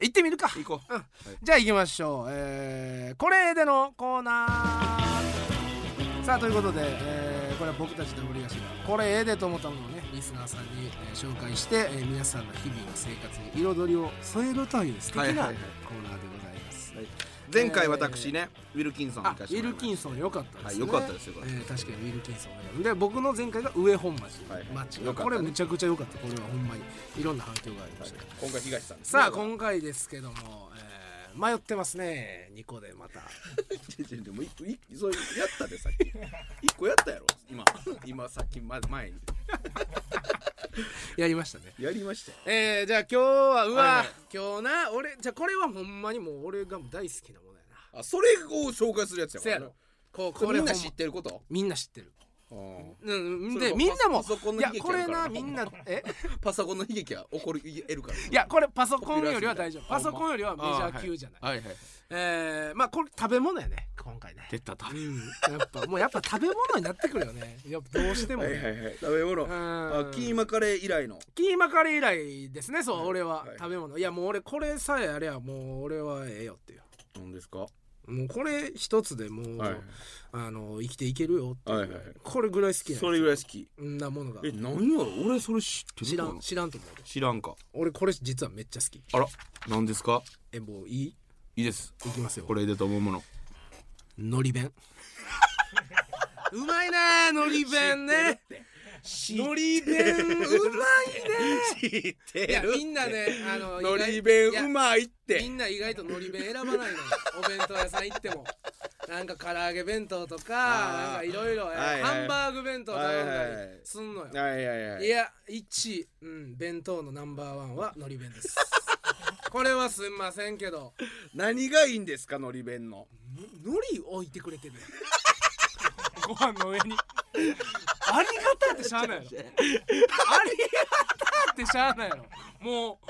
[SPEAKER 2] 行ってみるか
[SPEAKER 1] 行こう、
[SPEAKER 2] じゃあ行きましょう、えー、これでのコーナーさあということで、えーこれは僕たちの森東がこれええでと思ったものをねリスナーさんに、えー紹介して、えー皆さんの日々の生活に彩りを添えるという素敵なコー
[SPEAKER 1] はい
[SPEAKER 2] ナー
[SPEAKER 1] は
[SPEAKER 2] で
[SPEAKER 1] いはい
[SPEAKER 2] ございます、
[SPEAKER 1] 前回私ね、ウィルキンソン
[SPEAKER 2] あ
[SPEAKER 1] 行か
[SPEAKER 2] ウ
[SPEAKER 1] せて
[SPEAKER 2] ィ
[SPEAKER 1] もらい
[SPEAKER 2] ル
[SPEAKER 1] ま
[SPEAKER 2] キンソン良かったですね、
[SPEAKER 1] はい良かったですよこ
[SPEAKER 2] え
[SPEAKER 1] れ
[SPEAKER 2] ー確かにウィルキンソンで僕の前回が上本町、
[SPEAKER 1] はい
[SPEAKER 2] 町
[SPEAKER 1] 良かった
[SPEAKER 2] こ
[SPEAKER 1] ね
[SPEAKER 2] れむちゃくちゃ良かったこれはほんまにいろんな反響がありました、
[SPEAKER 1] 今回東さんですね
[SPEAKER 2] さあ今回ですけども、えー迷ってますね2個でまた (laughs)
[SPEAKER 1] 違う違うでも一個一個そうやったでさ (laughs) っき一個やったやろ今今さっきま前に
[SPEAKER 2] やりましたね
[SPEAKER 1] やりましたよ
[SPEAKER 2] えー、じゃあ今日はうわ、
[SPEAKER 1] はいはい
[SPEAKER 2] 今日な俺じゃあこれはほんまにもう俺が大好きなものやな
[SPEAKER 1] あそれを紹介するやつやか
[SPEAKER 2] せ
[SPEAKER 1] ら
[SPEAKER 2] や
[SPEAKER 1] な
[SPEAKER 2] ろこう
[SPEAKER 1] こ
[SPEAKER 2] これ
[SPEAKER 1] れみんな
[SPEAKER 2] ほん
[SPEAKER 1] 知
[SPEAKER 2] ま
[SPEAKER 1] ってること
[SPEAKER 2] みんな知ってるうん
[SPEAKER 1] そ
[SPEAKER 2] で
[SPEAKER 1] れも
[SPEAKER 2] みんなも
[SPEAKER 1] パソコン
[SPEAKER 2] い
[SPEAKER 1] の悲
[SPEAKER 2] や
[SPEAKER 1] 劇や
[SPEAKER 2] これな
[SPEAKER 1] から
[SPEAKER 2] みんなえ
[SPEAKER 1] パソコンの悲劇は起こり得るから
[SPEAKER 2] いやこれパソコンよりは大丈夫パソコンよりはメジャー級じゃない、
[SPEAKER 1] はいはいはい
[SPEAKER 2] えー、まあこれ食べ物やね今回ね
[SPEAKER 1] 出た食
[SPEAKER 2] うんやっぱもうやっぱ食べ物になってくるよねやっぱどうしても、ね
[SPEAKER 1] はいはいはい食べ物
[SPEAKER 2] うん
[SPEAKER 1] あキーマカレー以来の
[SPEAKER 2] キーマカレー以来ですねそう、俺は、
[SPEAKER 1] はい
[SPEAKER 2] 食べ物いやもう俺これさえあれはもう俺はええよっていう
[SPEAKER 1] 何ですか
[SPEAKER 2] もうこれ一つでもう、
[SPEAKER 1] はい
[SPEAKER 2] あの生きていけるよっていう、
[SPEAKER 1] はいはい
[SPEAKER 2] これぐらい好きなんです
[SPEAKER 1] それぐらい好き
[SPEAKER 2] んなものが
[SPEAKER 1] え何やろ俺それ知ってる
[SPEAKER 2] 知ら
[SPEAKER 1] か
[SPEAKER 2] ん
[SPEAKER 1] な
[SPEAKER 2] 知らんと思うで
[SPEAKER 1] 知らんか
[SPEAKER 2] 俺これ実はめっちゃ好き
[SPEAKER 1] あら何ですか
[SPEAKER 2] えもういい
[SPEAKER 1] いいです
[SPEAKER 2] いきますよ
[SPEAKER 1] これでと思うもの
[SPEAKER 2] の
[SPEAKER 1] (laughs)
[SPEAKER 2] り弁うまいねのり弁ねのり弁うまいね
[SPEAKER 1] 知っ
[SPEAKER 2] い
[SPEAKER 1] て
[SPEAKER 2] やみんなねあの
[SPEAKER 1] の
[SPEAKER 2] 意外
[SPEAKER 1] り弁
[SPEAKER 2] いや
[SPEAKER 1] うまいっ
[SPEAKER 2] み
[SPEAKER 1] て
[SPEAKER 2] んな意外とのり弁選ばないのよお弁当屋さん行ってもなんか唐揚げ弁当とかなんかいろいろ
[SPEAKER 1] はいはい
[SPEAKER 2] ハンバーグ弁当頼んだ
[SPEAKER 1] はいはい
[SPEAKER 2] りすんのよ、い
[SPEAKER 1] はいはいはい
[SPEAKER 2] や1位、うん、弁当のナンバーワンはのり弁ですこれはすんませんけど
[SPEAKER 1] 何がいいんですかのり弁の
[SPEAKER 2] のり置いてくれて (laughs) る
[SPEAKER 5] ご飯の上に
[SPEAKER 2] ありがたいってしゃあないやろありがたいってしゃあないやろも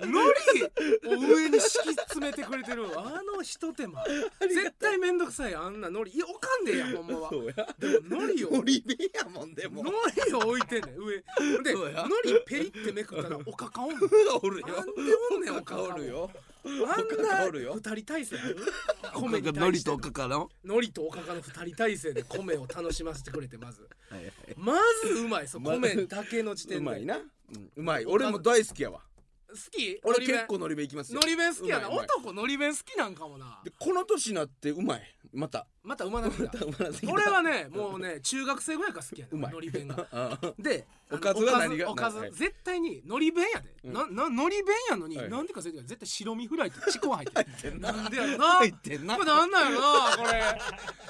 [SPEAKER 2] うのりを上に敷き詰めてくれてるあのひと手間絶対めんどくさいよあんなのりいやおかんでええやんほんまは
[SPEAKER 1] そうや
[SPEAKER 2] でものりを
[SPEAKER 1] のり弁やもんで (laughs) も
[SPEAKER 2] のりを置いてんねん上で
[SPEAKER 1] そ
[SPEAKER 2] の
[SPEAKER 1] うや
[SPEAKER 2] りペリってめくったらおかかおんねん
[SPEAKER 1] おるよ
[SPEAKER 2] なんでおんねんおかか
[SPEAKER 1] おる (laughs) よ
[SPEAKER 2] あ
[SPEAKER 1] か
[SPEAKER 2] ん
[SPEAKER 1] おる
[SPEAKER 2] な
[SPEAKER 1] よ
[SPEAKER 2] 二人体制ある
[SPEAKER 4] こ
[SPEAKER 2] 米
[SPEAKER 4] れ
[SPEAKER 2] に
[SPEAKER 4] が
[SPEAKER 2] 対
[SPEAKER 4] ノ
[SPEAKER 2] し
[SPEAKER 4] リ
[SPEAKER 2] て
[SPEAKER 4] とかからの
[SPEAKER 2] のりとおかかの二人体制で米を楽しませてくれてま
[SPEAKER 1] (laughs)
[SPEAKER 2] ず
[SPEAKER 1] はいはい
[SPEAKER 2] まずうまいそう
[SPEAKER 1] ま
[SPEAKER 2] 米だけの時
[SPEAKER 1] う
[SPEAKER 2] 点
[SPEAKER 1] まい
[SPEAKER 2] で
[SPEAKER 1] なうんうまい俺も大好きやわ
[SPEAKER 2] 好き
[SPEAKER 1] 俺
[SPEAKER 2] のり弁
[SPEAKER 1] 結構のり弁いきますよ
[SPEAKER 2] のり弁好きやな
[SPEAKER 1] うまいうまい
[SPEAKER 2] 男のり弁好きなんかもな
[SPEAKER 1] でこの年になってうまいま (laughs) た
[SPEAKER 2] また馬なくな
[SPEAKER 1] うまなってきた (laughs)
[SPEAKER 2] 俺はねもうね中学生ぐらいから好きや
[SPEAKER 1] う
[SPEAKER 2] ね
[SPEAKER 1] まい
[SPEAKER 2] のり弁
[SPEAKER 1] (laughs)
[SPEAKER 2] が
[SPEAKER 1] ああ
[SPEAKER 2] で
[SPEAKER 1] おかずは何が
[SPEAKER 2] おかずお
[SPEAKER 1] は
[SPEAKER 2] か
[SPEAKER 1] い
[SPEAKER 2] ず絶対にのり弁やで、
[SPEAKER 1] うん
[SPEAKER 2] ななのり弁やのに、
[SPEAKER 1] はい
[SPEAKER 2] なんでかせんけど絶対白身フライってちくわ入ってる
[SPEAKER 1] てん
[SPEAKER 2] なんでやろな
[SPEAKER 4] 入ってんな
[SPEAKER 2] これなんなんやろなこれ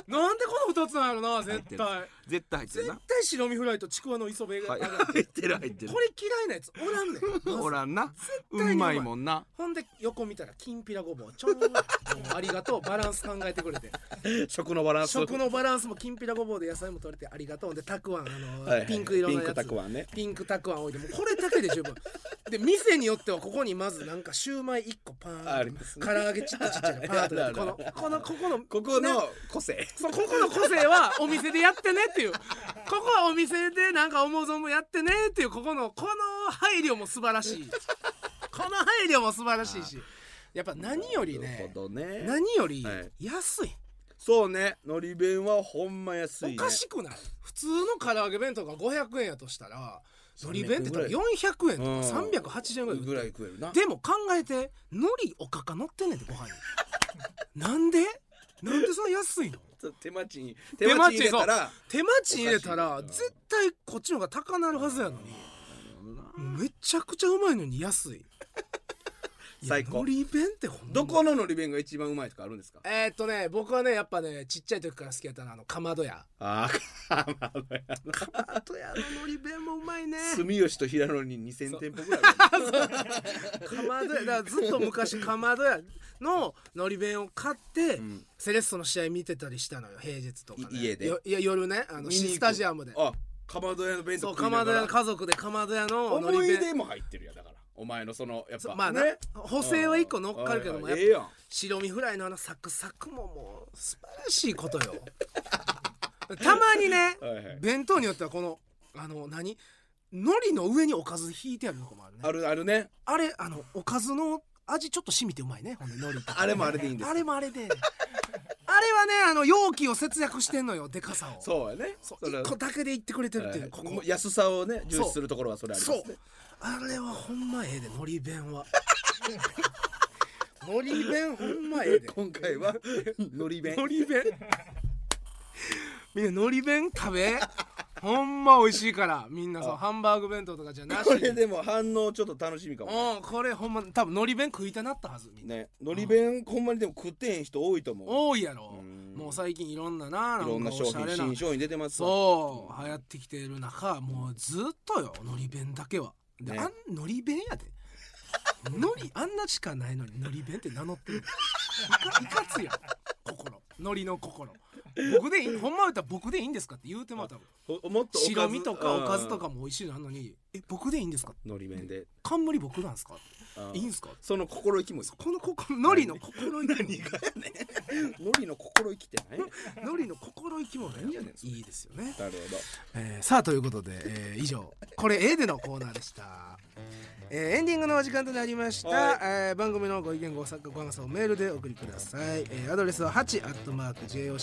[SPEAKER 2] なんでこの二つなんやろな絶対
[SPEAKER 4] 絶対入ってる
[SPEAKER 2] 絶
[SPEAKER 4] な
[SPEAKER 2] 対白身フライとちくわの磯辺が、
[SPEAKER 4] はい
[SPEAKER 2] ある
[SPEAKER 4] 入ってる入ってる
[SPEAKER 2] これ嫌いなやつおらんね
[SPEAKER 4] (laughs)
[SPEAKER 2] んまず
[SPEAKER 1] (laughs)
[SPEAKER 4] ほらんな
[SPEAKER 2] 対に
[SPEAKER 4] う
[SPEAKER 2] うま
[SPEAKER 4] ま
[SPEAKER 2] い
[SPEAKER 4] いもんな
[SPEAKER 2] ほんで横見たらきんぴらごぼうちょうどもうありがとうバランス考えてくれ
[SPEAKER 1] (laughs)
[SPEAKER 2] て
[SPEAKER 1] 食のバランス
[SPEAKER 2] 食のバランスもきんぴらごぼうで野菜も取れてありがとうでたくあんあのー
[SPEAKER 1] はいはい
[SPEAKER 2] ピンク色のやつ
[SPEAKER 1] ピンクたくあんね
[SPEAKER 2] ピンクたくあん置いてもうこれだけで十分で店によってはここにまずなんかシューマイ1個パーン
[SPEAKER 1] ありますね
[SPEAKER 2] 唐揚げちっちゃちっちゃいのパーンとやってこ
[SPEAKER 1] (laughs) ある
[SPEAKER 2] の
[SPEAKER 1] ある
[SPEAKER 2] このここの
[SPEAKER 1] ここ
[SPEAKER 2] ね
[SPEAKER 1] の個性
[SPEAKER 2] そうここの個性はお店でやってねっていうここはお店でなんか思う存分やってねっていうここのこの配慮も素晴らしいこの配慮も素晴らしいしやっぱ何より
[SPEAKER 1] なる
[SPEAKER 2] ね
[SPEAKER 1] ほどね
[SPEAKER 2] 何より
[SPEAKER 1] はい
[SPEAKER 2] 安い、
[SPEAKER 1] そうねのり弁はほんま安いね
[SPEAKER 2] おかしくない普通の唐揚げ弁当が500円やとしたらのり弁って多分
[SPEAKER 1] 300
[SPEAKER 2] 400円
[SPEAKER 1] うん
[SPEAKER 2] とか380円ぐらい売って
[SPEAKER 1] ぐ
[SPEAKER 2] る
[SPEAKER 1] らい食えるな
[SPEAKER 2] でも考えてのりおかか乗ってんねんでご飯になんでなんでそんな安いの
[SPEAKER 1] 手間賃
[SPEAKER 2] 手間
[SPEAKER 1] 手間
[SPEAKER 2] 賃
[SPEAKER 1] 賃入れたら
[SPEAKER 2] 手間賃入れたら絶対こっちの方が高なるはずやのにめちゃくちゃうまいのに安いいや
[SPEAKER 1] 最高
[SPEAKER 2] のり弁ってほんま
[SPEAKER 1] どこののり弁が一番うまいとかあるんですか
[SPEAKER 2] えーっとね僕はねやっぱねちっちゃい時から好きやったのはあのかまどや
[SPEAKER 1] ああまあ
[SPEAKER 2] かまどやののり弁もうまいね
[SPEAKER 1] 住吉と平野に2000店舗ぐらい (laughs) ある
[SPEAKER 2] かまどやだからずっと昔かまどやののり弁を買って、
[SPEAKER 1] ん
[SPEAKER 2] セレッソの試合見てたりしたのよ平日とか、ね、
[SPEAKER 1] い家で
[SPEAKER 2] よいや夜ねあの
[SPEAKER 1] 見に行く
[SPEAKER 2] スタジアムで
[SPEAKER 1] あかまど屋の弁
[SPEAKER 2] そ
[SPEAKER 1] 当
[SPEAKER 2] う
[SPEAKER 1] 食
[SPEAKER 2] か
[SPEAKER 1] いな
[SPEAKER 2] まど
[SPEAKER 1] が
[SPEAKER 2] 屋
[SPEAKER 1] ら
[SPEAKER 2] の家族でかまど屋のの
[SPEAKER 1] 思
[SPEAKER 2] り
[SPEAKER 1] い
[SPEAKER 2] 弁
[SPEAKER 1] 出も入ってるやんだからお前のそのやっ
[SPEAKER 2] そう
[SPEAKER 1] ぱ
[SPEAKER 2] まあな、
[SPEAKER 1] ね
[SPEAKER 2] 補正は一個乗っかるけども、
[SPEAKER 1] うん
[SPEAKER 2] やっぱ
[SPEAKER 1] ええやん
[SPEAKER 2] 白身フライのあのサクサクももう素晴らしいことよ (laughs) たまにね、
[SPEAKER 1] はいはい
[SPEAKER 2] 弁当によってはこのあの何海苔の上におかず引いてあるとこもあるね
[SPEAKER 1] あるあるね
[SPEAKER 2] あれあのおかずの味ちょっと染みてうまいねほんで海苔とか
[SPEAKER 1] あれもあれでいいんです
[SPEAKER 2] あれもあれであれはねあの容器を節約してんのよでかさを
[SPEAKER 1] そうやね
[SPEAKER 2] そう
[SPEAKER 1] それ
[SPEAKER 2] 一個だけで言ってくれてるっていう、
[SPEAKER 1] はい
[SPEAKER 2] ここ
[SPEAKER 1] 安さをね重視するところはそれあります
[SPEAKER 2] そう
[SPEAKER 1] ね
[SPEAKER 2] あれはほんまええでのり弁はのり弁ほんまええで
[SPEAKER 1] 今
[SPEAKER 2] (laughs)
[SPEAKER 1] 回はのり弁
[SPEAKER 2] のり弁みんなのり弁食べほんま美味しいからみんなそうハンバーグ弁当とかじゃなし
[SPEAKER 1] (laughs) これでも反応ちょっと楽しみかもね
[SPEAKER 2] うんこれほんま多分のり弁食いたなったはずみんな
[SPEAKER 1] ねのり弁ほんまにでも食ってへん人多いと思う
[SPEAKER 2] 多いやろ
[SPEAKER 1] うん
[SPEAKER 2] もう最近いろんなななん
[SPEAKER 1] いろん
[SPEAKER 2] か
[SPEAKER 1] な
[SPEAKER 2] お
[SPEAKER 1] 商
[SPEAKER 2] しゃ
[SPEAKER 1] 品
[SPEAKER 2] れな
[SPEAKER 1] 新商品出てますわ
[SPEAKER 2] そう流行ってきている中もうずっとよのり弁だけはで、
[SPEAKER 1] ね
[SPEAKER 2] あんのり弁やでのりあんなしかないのにのり弁って名乗ってるいかいかついやん心のりの心僕でいいほんま言ったら僕でいいんですかって言うても多分
[SPEAKER 1] ほもっとおかず
[SPEAKER 2] 白身とかおかずと
[SPEAKER 1] う
[SPEAKER 2] かも美味しいのあんのに「え僕でいいんですか?
[SPEAKER 1] んのり弁で」
[SPEAKER 2] 冠僕なんですか?」
[SPEAKER 1] うん
[SPEAKER 2] いいんですか?」
[SPEAKER 1] その心意気
[SPEAKER 2] (laughs)
[SPEAKER 1] もいい
[SPEAKER 2] この心のりの心意気も
[SPEAKER 1] のりの心意気ってないね
[SPEAKER 2] のりの心意気もね
[SPEAKER 1] 何やねんそれ
[SPEAKER 2] いいですよね
[SPEAKER 1] なるほど
[SPEAKER 2] えーさあということで、えー以上「これええで」のコーナーでした、ええーエンディングのお時間となりました、えー番組のご意見ご参加ご感想をメールでお送りください、えーアドレスは 8-jocr.jp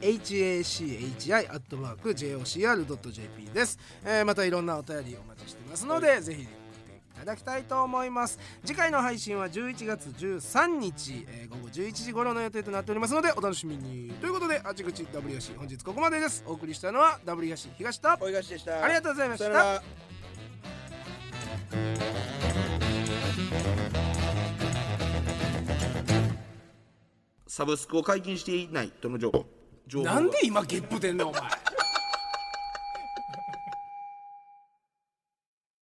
[SPEAKER 2] hachi アットマーク jocr.jp です、えーまたいろんなお便りお待ちしてますので、ぜひ送っていただきたいと思います次回の配信は11月13日、えー午後11時頃の予定となっておりますのでお楽しみにということであちこち W よし本日ここまでですお送りしたのは W よし東と
[SPEAKER 1] おいがしでした
[SPEAKER 2] ありがとうございまし
[SPEAKER 1] さよ
[SPEAKER 2] た
[SPEAKER 1] なら
[SPEAKER 5] サブスクを解禁していないとの情報情報は
[SPEAKER 2] なんで今ゲップ出んのお前